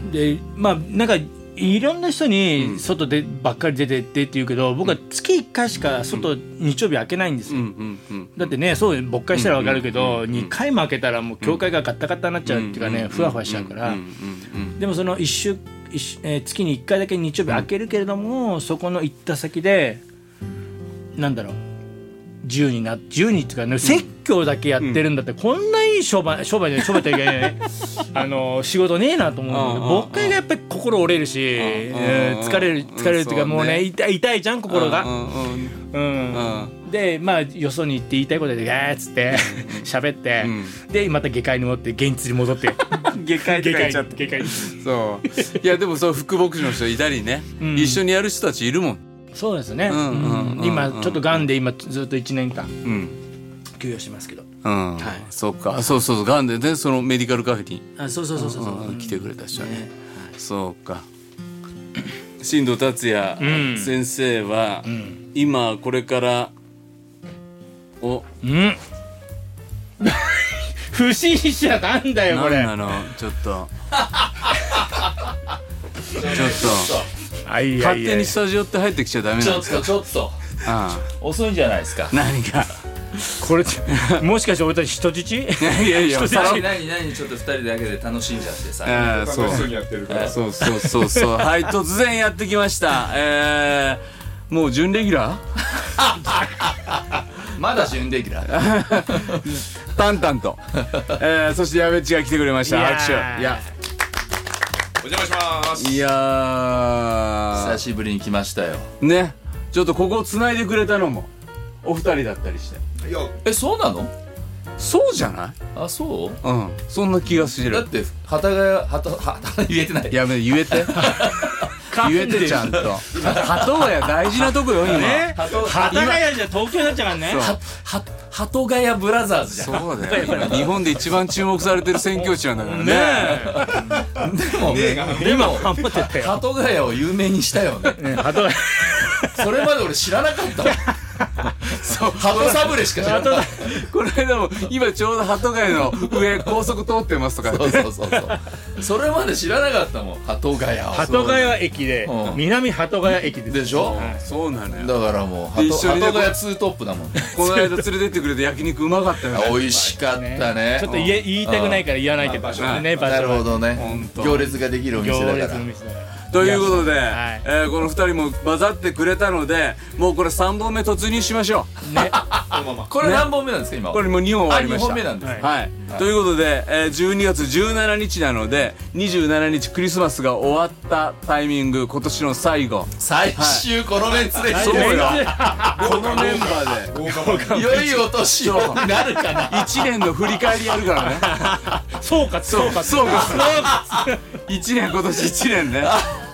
[SPEAKER 6] うん、でまあなんかいろんな人に外でばっかり出てってって言うけど僕は月1回しか外日曜日開けないんです
[SPEAKER 5] う
[SPEAKER 6] よ、
[SPEAKER 5] んうんうん
[SPEAKER 6] だってねそうよ勃開したらわかるけど、二2回も開けたらもう教会がガッタガタになっちゃうっていうかね、ふわふわしちゃうから、
[SPEAKER 5] うんうんうん
[SPEAKER 6] でもその一週一週えー月に1回だけ日曜日開けるけれども、そこの行った先でなんだろう自由にな自由にっていうか、ね、説教だけやってるんだって、こんないい商売商売じゃない商売って言っちゃいけ ないねあの仕事ねえなと思うんだけ
[SPEAKER 5] うんうんう
[SPEAKER 6] ど
[SPEAKER 5] ん
[SPEAKER 6] 僕がやっぱり心折れるし、えー疲れる疲れるっていうか、
[SPEAKER 5] うん
[SPEAKER 6] もう
[SPEAKER 5] そう
[SPEAKER 6] ね
[SPEAKER 5] ね
[SPEAKER 6] 痛い痛いじゃん心が。
[SPEAKER 5] うんうん
[SPEAKER 6] うん
[SPEAKER 5] うん
[SPEAKER 6] でまあよそに行って言いたいことで「ガーッ」つって喋って、でまた下界に戻って現地に戻って
[SPEAKER 5] 下界って書いちゃって
[SPEAKER 6] 下界
[SPEAKER 5] そういやでもそう副牧師の人いたりね、
[SPEAKER 6] ん
[SPEAKER 5] 一緒にやる人たちいるもん
[SPEAKER 6] そうですね、
[SPEAKER 5] んうんうん
[SPEAKER 6] 今ちょっとがんで今ずっと1年間
[SPEAKER 5] うん
[SPEAKER 6] 休養してますけど
[SPEAKER 5] うん、
[SPEAKER 6] はい
[SPEAKER 5] そっかそうそうそうがんでねそのメディカルカフェに、
[SPEAKER 6] あそうそうそうそうそう、
[SPEAKER 5] うん来てくれた人ねそうか進藤達也
[SPEAKER 6] うん
[SPEAKER 5] 先生は、
[SPEAKER 6] ん
[SPEAKER 5] 今これからを
[SPEAKER 6] うん。不審者なんだよこ
[SPEAKER 5] 何
[SPEAKER 6] れ
[SPEAKER 5] なのちょっとちょっと
[SPEAKER 6] あいやいや
[SPEAKER 5] 勝手にスタジオって入ってきちゃダメ
[SPEAKER 7] ち
[SPEAKER 5] なんで
[SPEAKER 7] ょっ
[SPEAKER 5] すよ
[SPEAKER 7] とちょっと
[SPEAKER 5] あ
[SPEAKER 7] 遅いんじゃないですか
[SPEAKER 5] あ何か
[SPEAKER 6] これち ょもしかして俺たち人質
[SPEAKER 5] いやいやいやさら
[SPEAKER 7] 何何何ちょっと二人だけで楽しんじゃってさ
[SPEAKER 5] ああそう
[SPEAKER 8] やってるから
[SPEAKER 5] そうそうそうそうはい突然やってきましたえー、もう準レギュラー
[SPEAKER 7] まだ準レギュラー
[SPEAKER 5] タンタンと、えー、そして矢部っちが来てくれました
[SPEAKER 6] いやー
[SPEAKER 5] 拍手いや
[SPEAKER 8] お邪魔します
[SPEAKER 5] いや
[SPEAKER 7] 久しぶりに来ましたよ
[SPEAKER 5] ーねちょっとここを繋いでくれたのもお二人だったりして
[SPEAKER 8] いや
[SPEAKER 7] えそうなの
[SPEAKER 5] そうじゃない
[SPEAKER 7] あそう
[SPEAKER 5] うんそんな気がす
[SPEAKER 7] だっ
[SPEAKER 5] る
[SPEAKER 7] て旗が旗旗旗入れてない
[SPEAKER 5] やめ言え て言えてちゃんと鳩や大事なとこよ今
[SPEAKER 7] 鳩
[SPEAKER 6] 幡ヶ谷じゃ東京になっちゃうからね
[SPEAKER 5] そう
[SPEAKER 7] は鳩ヶ谷ブラザーズじゃん
[SPEAKER 5] そうだよ今日本で一番注目されてる選挙地なんだからね
[SPEAKER 7] でもでも
[SPEAKER 6] 頑張って たよ
[SPEAKER 7] 鳩ヶ谷を有名にしたよね
[SPEAKER 6] 鳩ヶ
[SPEAKER 7] それまで俺知らなかったわ そう鳩サブレしか知らなかっ
[SPEAKER 5] この間も今ちょうど鳩ヶ谷の上高速通ってますとか
[SPEAKER 7] たそうそうそうそうそれまで知らなかったもん鳩ヶ谷を
[SPEAKER 6] 鳩ヶ谷駅で
[SPEAKER 7] うん
[SPEAKER 6] 南鳩ヶ谷駅です
[SPEAKER 7] でしょ
[SPEAKER 5] そうなのよ
[SPEAKER 7] だからもう
[SPEAKER 5] で
[SPEAKER 7] 鳩
[SPEAKER 5] 一緒に
[SPEAKER 7] 鳩
[SPEAKER 5] ね
[SPEAKER 7] ヶ谷ツートップだもん
[SPEAKER 5] この間連れてってくれた焼肉うまかったよ
[SPEAKER 7] 美味しかったね
[SPEAKER 6] ちょっと言え言いたくないから言わないで場所でね場所
[SPEAKER 7] なるほど
[SPEAKER 5] ほん
[SPEAKER 7] ね
[SPEAKER 5] と
[SPEAKER 7] 行列ができるお店
[SPEAKER 6] 行
[SPEAKER 7] だ
[SPEAKER 6] 列
[SPEAKER 7] か
[SPEAKER 6] の
[SPEAKER 7] ら
[SPEAKER 6] 店だから
[SPEAKER 5] ということで、
[SPEAKER 6] はい
[SPEAKER 5] えーこの2人も混ざってくれたのでもうこれ3本目突入しましょう
[SPEAKER 7] これ何本目なんですか今
[SPEAKER 5] これもう2本終わりました
[SPEAKER 7] あ二本目なんですね
[SPEAKER 5] はい、ということで、えー12月17日なので27日クリスマスが終わったタイミング今年の最後
[SPEAKER 7] 最終このメンツで
[SPEAKER 5] そう
[SPEAKER 7] い
[SPEAKER 5] よこのメンバーで
[SPEAKER 7] よいお年を なるかな
[SPEAKER 5] 1年の振り返りやるからね
[SPEAKER 6] そうかそうか
[SPEAKER 5] そうか1年今年1年 ね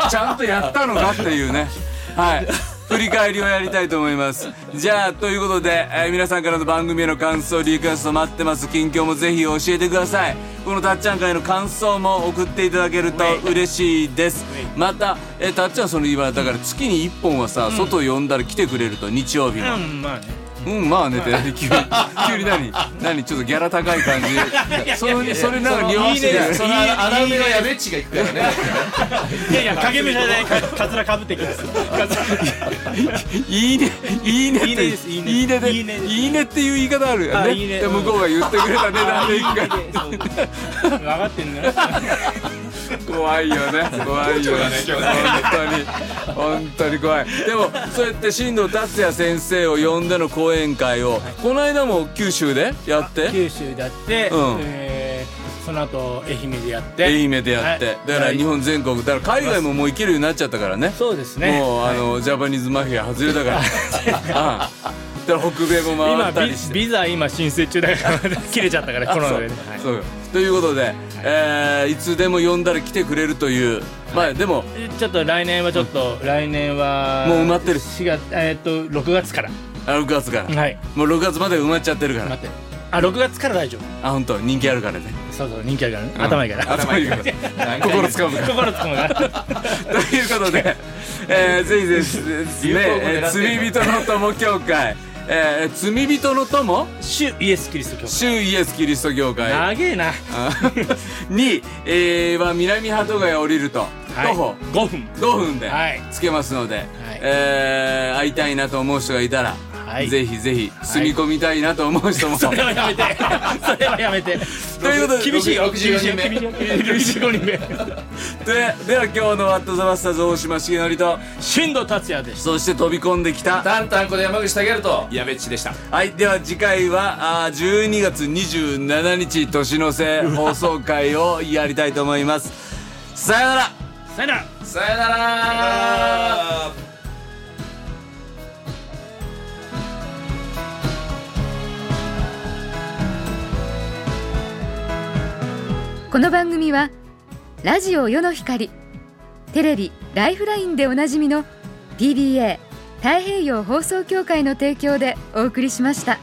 [SPEAKER 5] ちゃんとやったのかっていうねはい振り返りをやりたいと思いますじゃあということで、えー皆さんからの番組への感想リクエスト待ってます近況もぜひ教えてくださいこのたっちゃん会の感想も送っていただけると嬉しいですまた、えーたっちゃんその今だから月に1本はさ、外呼んだら来てくれると日曜日も、
[SPEAKER 6] うんまあね
[SPEAKER 5] うんまあねって何急に急に何何ちょっとギャラ 高い感じそれそれなんか匂わせてる
[SPEAKER 7] その穴埋めのやべっちが行くからね
[SPEAKER 6] いやいや影武者じゃないかカツラかぶってきますカツ
[SPEAKER 5] いいねいいねって
[SPEAKER 6] いいねですいいね
[SPEAKER 5] いいねで
[SPEAKER 6] いいねです
[SPEAKER 5] いいねっていう言い方あるよ
[SPEAKER 6] あ
[SPEAKER 5] ね
[SPEAKER 6] いいね
[SPEAKER 5] で向こうが言ってくれた値段でいくか
[SPEAKER 6] ラ分かってんだよ
[SPEAKER 5] 怖いよね怖いよね本当に本当に怖いでもそうやって進藤達也先生を呼んでの講演会をこの間も九州でやって
[SPEAKER 6] 九州でやって、
[SPEAKER 5] うん
[SPEAKER 6] えーその後愛媛でやって
[SPEAKER 5] 愛媛でやって
[SPEAKER 6] はい
[SPEAKER 5] だから日本全国だから海外ももう行けるようになっちゃったからね
[SPEAKER 6] そうですね
[SPEAKER 5] もう、あのジャパニーズマフィア外れた からああだから北米も回
[SPEAKER 6] 今
[SPEAKER 5] った
[SPEAKER 6] ビ
[SPEAKER 5] りして
[SPEAKER 6] ビザ今申請中だから 切れちゃったからコロナでねはい
[SPEAKER 5] そうよということで、えーいつでも呼んだら来てくれるという、まあでも
[SPEAKER 6] ちょっと来年はちょっと、来年は
[SPEAKER 5] もう埋まってる
[SPEAKER 6] 4月えーっと6月から
[SPEAKER 5] あ6月から、
[SPEAKER 6] はい
[SPEAKER 5] もう6月まで埋まっちゃってるから
[SPEAKER 6] 待ってあ6月から大丈
[SPEAKER 5] あ本当人気あるからね
[SPEAKER 6] 夫そうそう人気あるからね、頭いいから
[SPEAKER 5] 頭いいから心つか むから
[SPEAKER 6] 心つかむから
[SPEAKER 5] ということで、えー、ぜひぜひですね
[SPEAKER 7] 流行語狙
[SPEAKER 5] えー
[SPEAKER 7] ってん
[SPEAKER 5] 罪人の友協会、えー罪人の友
[SPEAKER 6] 主イエス・キリスト教会
[SPEAKER 5] 州イエスキリスト教会
[SPEAKER 6] 長えな
[SPEAKER 5] に、えーは南鳩ヶ谷降りると、
[SPEAKER 6] はい
[SPEAKER 5] 徒歩
[SPEAKER 6] 5分
[SPEAKER 5] 5分で
[SPEAKER 6] はい
[SPEAKER 5] つけますので、えー会いたいなと思う人がいたら、
[SPEAKER 6] はい
[SPEAKER 5] ぜひぜひ住み込みたいなと思う人も、
[SPEAKER 6] それはやめてそれはやめて
[SPEAKER 5] ということで
[SPEAKER 6] 厳しいよ
[SPEAKER 7] 六十
[SPEAKER 6] 厳しいよ
[SPEAKER 7] 人
[SPEAKER 6] 厳
[SPEAKER 7] 目
[SPEAKER 6] しいよ厳しいよ厳しいよ人 目
[SPEAKER 5] ででは今日の「ワット・ザ・バスターズ」大島重則と
[SPEAKER 6] 新藤達也です
[SPEAKER 5] そして飛び込んできた
[SPEAKER 7] タンタンこで山口たけると
[SPEAKER 8] やべっちでした
[SPEAKER 5] はいでは次回はあー12月27日年の瀬放送会をやりたいと思いますさよなら
[SPEAKER 6] さよなら
[SPEAKER 7] さよなら
[SPEAKER 9] この番組はラジオ世の光テレビ「ライフライン」でおなじみの PBA 太平洋放送協会の提供でお送りしました。